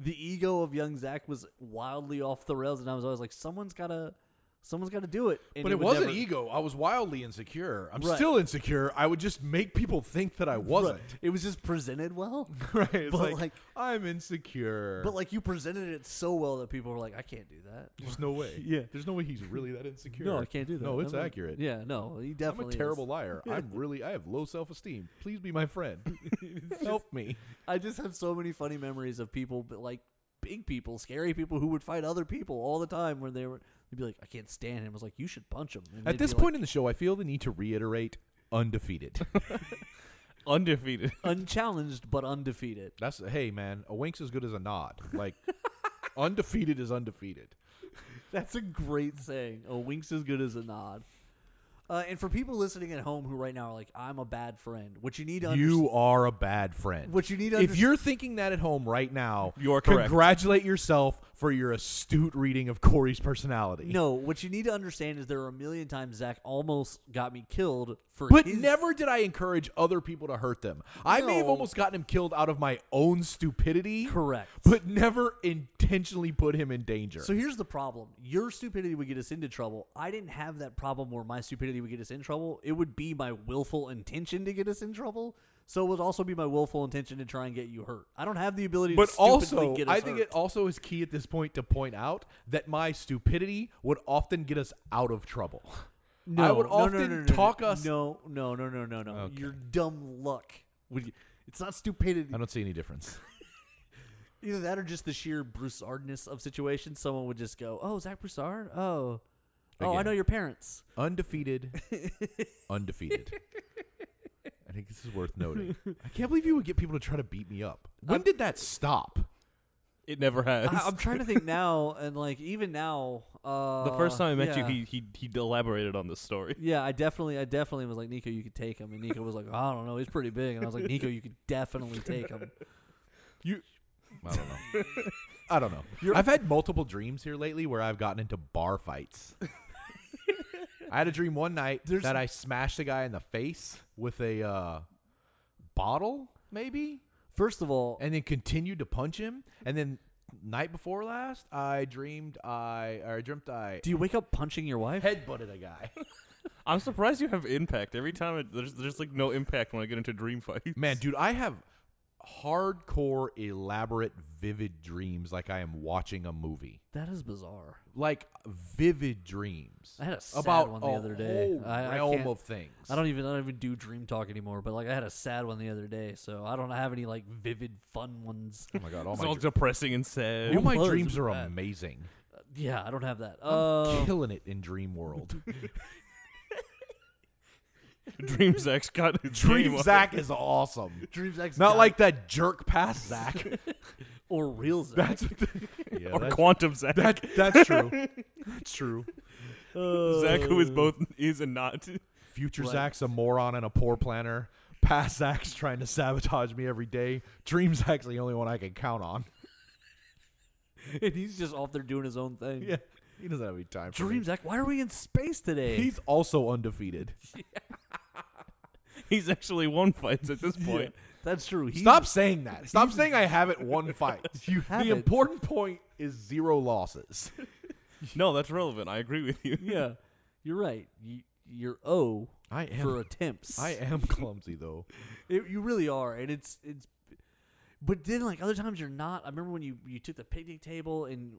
[SPEAKER 1] The ego of young Zach was wildly off the rails, and I was always like, someone's gotta, someone's gotta do it. And
[SPEAKER 2] But it,
[SPEAKER 1] would
[SPEAKER 2] wasn't
[SPEAKER 1] never-
[SPEAKER 2] ego. I was wildly insecure. I'm
[SPEAKER 1] Right.
[SPEAKER 2] still insecure. I would just make people think that I wasn't.
[SPEAKER 1] It was just presented well,
[SPEAKER 2] Right. It's
[SPEAKER 1] But,
[SPEAKER 2] like,
[SPEAKER 1] like-
[SPEAKER 2] I'm insecure.
[SPEAKER 1] but like you presented it so well that people were like, I can't do that.
[SPEAKER 2] there's no way.
[SPEAKER 1] Yeah.
[SPEAKER 2] There's no way he's really that insecure.
[SPEAKER 1] No, I can't do that.
[SPEAKER 2] No, it's
[SPEAKER 1] I'm a-
[SPEAKER 2] accurate.
[SPEAKER 1] Yeah, no, he
[SPEAKER 2] I'm
[SPEAKER 1] definitely. is.
[SPEAKER 2] a terrible liar. I'm really. I have low self esteem. Please be my friend. Help me.
[SPEAKER 1] I just have so many funny memories of people, but like big people, scary people who would fight other people all the time when they were. They'd be like, "I can't stand him." I was like, "You should punch him." And
[SPEAKER 2] At
[SPEAKER 1] they'd
[SPEAKER 2] this
[SPEAKER 1] be like,
[SPEAKER 2] point in the show, I feel the need to reiterate undefeated.
[SPEAKER 3] Undefeated.
[SPEAKER 1] unchallenged but undefeated.
[SPEAKER 2] That's hey man, a wink's as good as a nod. Like undefeated is undefeated.
[SPEAKER 1] That's a great saying. A wink's as good as a nod. Uh, and for people listening at home who right now are like, "I'm a bad friend," what you need to understand.
[SPEAKER 2] You are a bad friend.
[SPEAKER 1] What you need to
[SPEAKER 2] if
[SPEAKER 1] underst-
[SPEAKER 2] you're thinking that at home right now,
[SPEAKER 3] You are correct.
[SPEAKER 2] Congratulate yourself for your astute reading of Corey's personality.
[SPEAKER 1] No, what you need to understand is there are a million times Zach almost got me killed for
[SPEAKER 2] But
[SPEAKER 1] his-
[SPEAKER 2] never did I encourage other people to hurt them. I may have
[SPEAKER 1] No.
[SPEAKER 2] almost gotten him killed out of my own stupidity.
[SPEAKER 1] Correct.
[SPEAKER 2] But never intentionally put him in danger.
[SPEAKER 1] So here's the problem. Your stupidity would get us into trouble. I didn't have that problem where my stupidity would get us in trouble. It would be my willful intention to get us in trouble. So it would also be my willful intention to try and get you hurt. I don't have the ability
[SPEAKER 2] but
[SPEAKER 1] to stupidly
[SPEAKER 2] also,
[SPEAKER 1] get us
[SPEAKER 2] I think
[SPEAKER 1] hurt.
[SPEAKER 2] it also is key at this point to point out that my stupidity would often get us out of trouble.
[SPEAKER 1] no,
[SPEAKER 2] I would
[SPEAKER 1] no, no,
[SPEAKER 2] often
[SPEAKER 1] no, no, no,
[SPEAKER 2] talk
[SPEAKER 1] no,
[SPEAKER 2] us.
[SPEAKER 1] No, no, no, no, no, no. Your dumb luck. Would you- it's not stupidity.
[SPEAKER 2] I don't see any difference.
[SPEAKER 1] Either that or just the sheer Broussardness of situations. Someone would just go, "Oh, Zach Broussard. Oh, oh, I
[SPEAKER 2] Again.
[SPEAKER 1] know your parents."
[SPEAKER 2] undefeated, undefeated. I think this is worth noting. I can't believe you would get people to try to beat me up. When did that stop?
[SPEAKER 3] It never has.
[SPEAKER 1] I, I'm trying to think now, and like even now, uh,
[SPEAKER 3] the first time I met
[SPEAKER 1] yeah.
[SPEAKER 3] you, he he he elaborated on this story.
[SPEAKER 1] Yeah, I definitely, I definitely was like, Nico, you could take him, and Nico was like, I don't know, he's pretty big, and I was like, Nico, you could definitely take him.
[SPEAKER 2] I don't know. I don't know. I've had multiple dreams here lately where I've gotten into bar fights. I had a dream one night that I smashed a guy in the face with a uh, bottle, maybe,
[SPEAKER 1] First of all,
[SPEAKER 2] and then continued to punch him. And then night before last, I dreamed I, or I dreamt I
[SPEAKER 1] do you wake up punching your wife?
[SPEAKER 2] headbutted a guy.
[SPEAKER 3] I'm surprised you have impact every time. It, there's there's like no impact when I get into dream fights.
[SPEAKER 2] Man, dude, I have hardcore, elaborate, vivid dreams like I am watching a movie.
[SPEAKER 1] That is bizarre.
[SPEAKER 2] Like vivid dreams.
[SPEAKER 1] I had a sad
[SPEAKER 2] about
[SPEAKER 1] one the
[SPEAKER 2] a
[SPEAKER 1] other day.
[SPEAKER 2] whole
[SPEAKER 1] I- I
[SPEAKER 2] realm
[SPEAKER 1] can't-
[SPEAKER 2] of things.
[SPEAKER 1] I don't even I don't even do dream talk anymore. But like I had a sad one the other day, so I don't have any like vivid fun ones. Uh,
[SPEAKER 2] Oh my god! All
[SPEAKER 3] it's
[SPEAKER 2] my,
[SPEAKER 3] all
[SPEAKER 2] dr-
[SPEAKER 3] depressing and sad.
[SPEAKER 2] all my
[SPEAKER 1] was
[SPEAKER 2] dreams are
[SPEAKER 1] bad.
[SPEAKER 2] amazing.
[SPEAKER 1] yeah, I don't have that. Uh,
[SPEAKER 2] Killing it in dream world.
[SPEAKER 3] Dream Zach's got his game
[SPEAKER 2] Dream
[SPEAKER 3] on.
[SPEAKER 2] Zach is awesome.
[SPEAKER 1] Dream Zach's
[SPEAKER 2] Not
[SPEAKER 1] got
[SPEAKER 2] like that jerk past Zach.
[SPEAKER 1] Uh, or real Zach.
[SPEAKER 2] That's yeah,
[SPEAKER 3] or Quantum Zach.
[SPEAKER 2] that, that's true. That's true.
[SPEAKER 3] Zach, who is both is and not.
[SPEAKER 2] Future
[SPEAKER 1] What?
[SPEAKER 2] Zach's a moron and a poor planner. Past Zach's trying to sabotage me every day. Dream Zach's the only one I can count on.
[SPEAKER 1] and he's just off there doing his own thing.
[SPEAKER 2] Yeah, he doesn't have any time. For
[SPEAKER 1] Dream
[SPEAKER 2] me.
[SPEAKER 1] Zach, why are we in space today?
[SPEAKER 2] He's also undefeated.
[SPEAKER 3] He's actually won fights at this point.
[SPEAKER 1] That's true. He,
[SPEAKER 2] Stop saying that. Stop saying I haven't won fights.
[SPEAKER 1] You
[SPEAKER 2] the
[SPEAKER 1] haven't.
[SPEAKER 2] important point is zero losses.
[SPEAKER 3] No, that's relevant. I agree with you.
[SPEAKER 1] Yeah, you're right. You, you're O
[SPEAKER 2] I
[SPEAKER 1] for attempts.
[SPEAKER 2] I am clumsy though.
[SPEAKER 1] It, you really are, and it's it's. But then, like other times, you're not. I remember when you you took the picnic table and.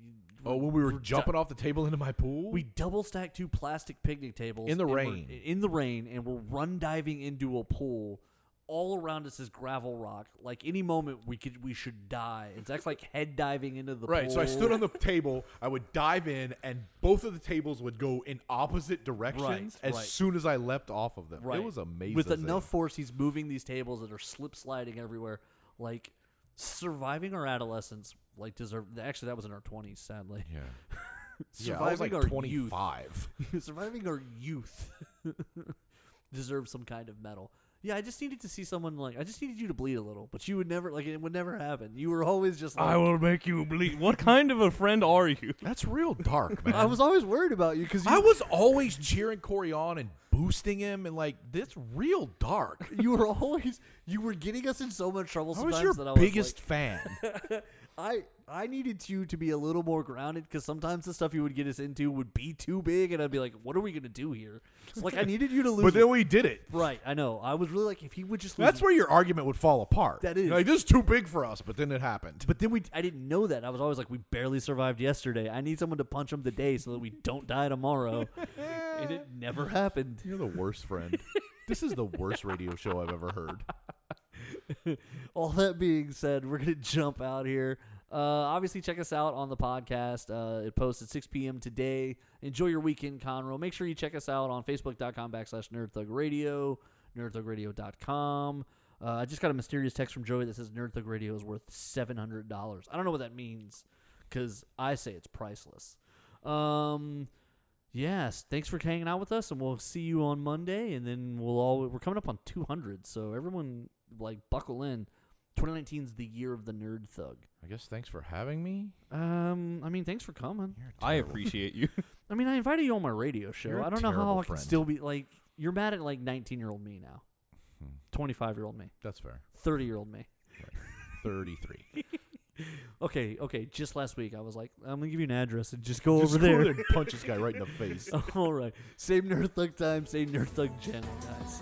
[SPEAKER 1] You,
[SPEAKER 2] Oh, when we were
[SPEAKER 1] du-
[SPEAKER 2] jumping off the table into my pool,
[SPEAKER 1] We double stacked two plastic picnic tables
[SPEAKER 2] In the
[SPEAKER 1] and we're-
[SPEAKER 2] rain.
[SPEAKER 1] In the rain, and we're run diving into a pool. All around us is gravel rock. Like any moment, we could we should die. And Zach's like head diving into the
[SPEAKER 2] Right.
[SPEAKER 1] Pool.
[SPEAKER 2] So I stood on the table. I would dive in, and both of the tables would go in opposite directions as
[SPEAKER 1] right.
[SPEAKER 2] soon as I leapt off of them.
[SPEAKER 1] Right.
[SPEAKER 2] It was amazing.
[SPEAKER 1] With enough force, he's moving these tables that are slip sliding everywhere. Like surviving our adolescence, like deserve. Actually, that was in our twenties, sadly.
[SPEAKER 2] Yeah. yeah,
[SPEAKER 1] surviving
[SPEAKER 2] I was like
[SPEAKER 1] our
[SPEAKER 2] 25.
[SPEAKER 1] youth, surviving our youth, deserves some kind of medal. Yeah, I just needed to see someone like I just needed you to bleed a little, but you would never like it would never happen. You were always just like
[SPEAKER 3] I will make you bleed. What kind of a friend are you?
[SPEAKER 2] That's real dark, man.
[SPEAKER 1] I was always worried about you because you,
[SPEAKER 2] I was always cheering Corey on and boosting him, and like this real dark.
[SPEAKER 1] you were always you were getting us in so much trouble.
[SPEAKER 2] I
[SPEAKER 1] Sometimes
[SPEAKER 2] was your
[SPEAKER 1] that I was
[SPEAKER 2] biggest
[SPEAKER 1] like,
[SPEAKER 2] fan.
[SPEAKER 1] I I needed you to be a little more grounded because sometimes the stuff you would get us into would be too big, and I'd be like, "What are we gonna do here?" So, like I needed you to lose.
[SPEAKER 2] but then we did it.
[SPEAKER 1] right, I know. I was really like, if he would just lose.
[SPEAKER 2] That's where your argument would fall apart.
[SPEAKER 1] That is.
[SPEAKER 2] like this is too big for us. But then it happened.
[SPEAKER 1] But then we, I didn't know that. I was always like, we barely survived yesterday. I need someone to punch him today so that we don't die tomorrow. and it never happened.
[SPEAKER 2] You're the worst friend. this is the worst radio show I've ever heard.
[SPEAKER 1] All that being said, we're gonna jump out here. Uh, obviously, check us out on the podcast. Uh, it posts at 6 p.m. today. Enjoy your weekend, Conroe. Make sure you check us out on Facebook.com backslash NerdThugRadio, NerdThugRadio.com. Uh, I just got a mysterious text from Joey that says Nerd Thug Radio is worth $700. I don't know what that means because I say it's priceless. Um, yes, thanks for hanging out with us, and we'll see you on Monday. And then we'll all we're coming up on 200, so everyone like buckle in. 2019 is the year of the nerd thug.
[SPEAKER 2] I guess thanks for having me.
[SPEAKER 1] Um, I mean, thanks for coming.
[SPEAKER 3] I appreciate you.
[SPEAKER 1] I mean, I invited you on my radio show.
[SPEAKER 2] You're a
[SPEAKER 1] I don't know how
[SPEAKER 2] terrible
[SPEAKER 1] I can
[SPEAKER 2] friend.
[SPEAKER 1] still be like you're mad at like 19 year old me now,
[SPEAKER 2] Hmm.
[SPEAKER 1] 25 year old me,
[SPEAKER 2] That's fair.
[SPEAKER 1] 30 year old me.
[SPEAKER 2] 33.
[SPEAKER 1] Okay, okay. Just last week, I was like, I'm gonna give you an address and just go
[SPEAKER 2] Just
[SPEAKER 1] over
[SPEAKER 2] go
[SPEAKER 1] there.
[SPEAKER 2] over there and punch this guy right in the face.
[SPEAKER 1] All right. Same Nerd Thug time, same Nerd Thug channel, guys.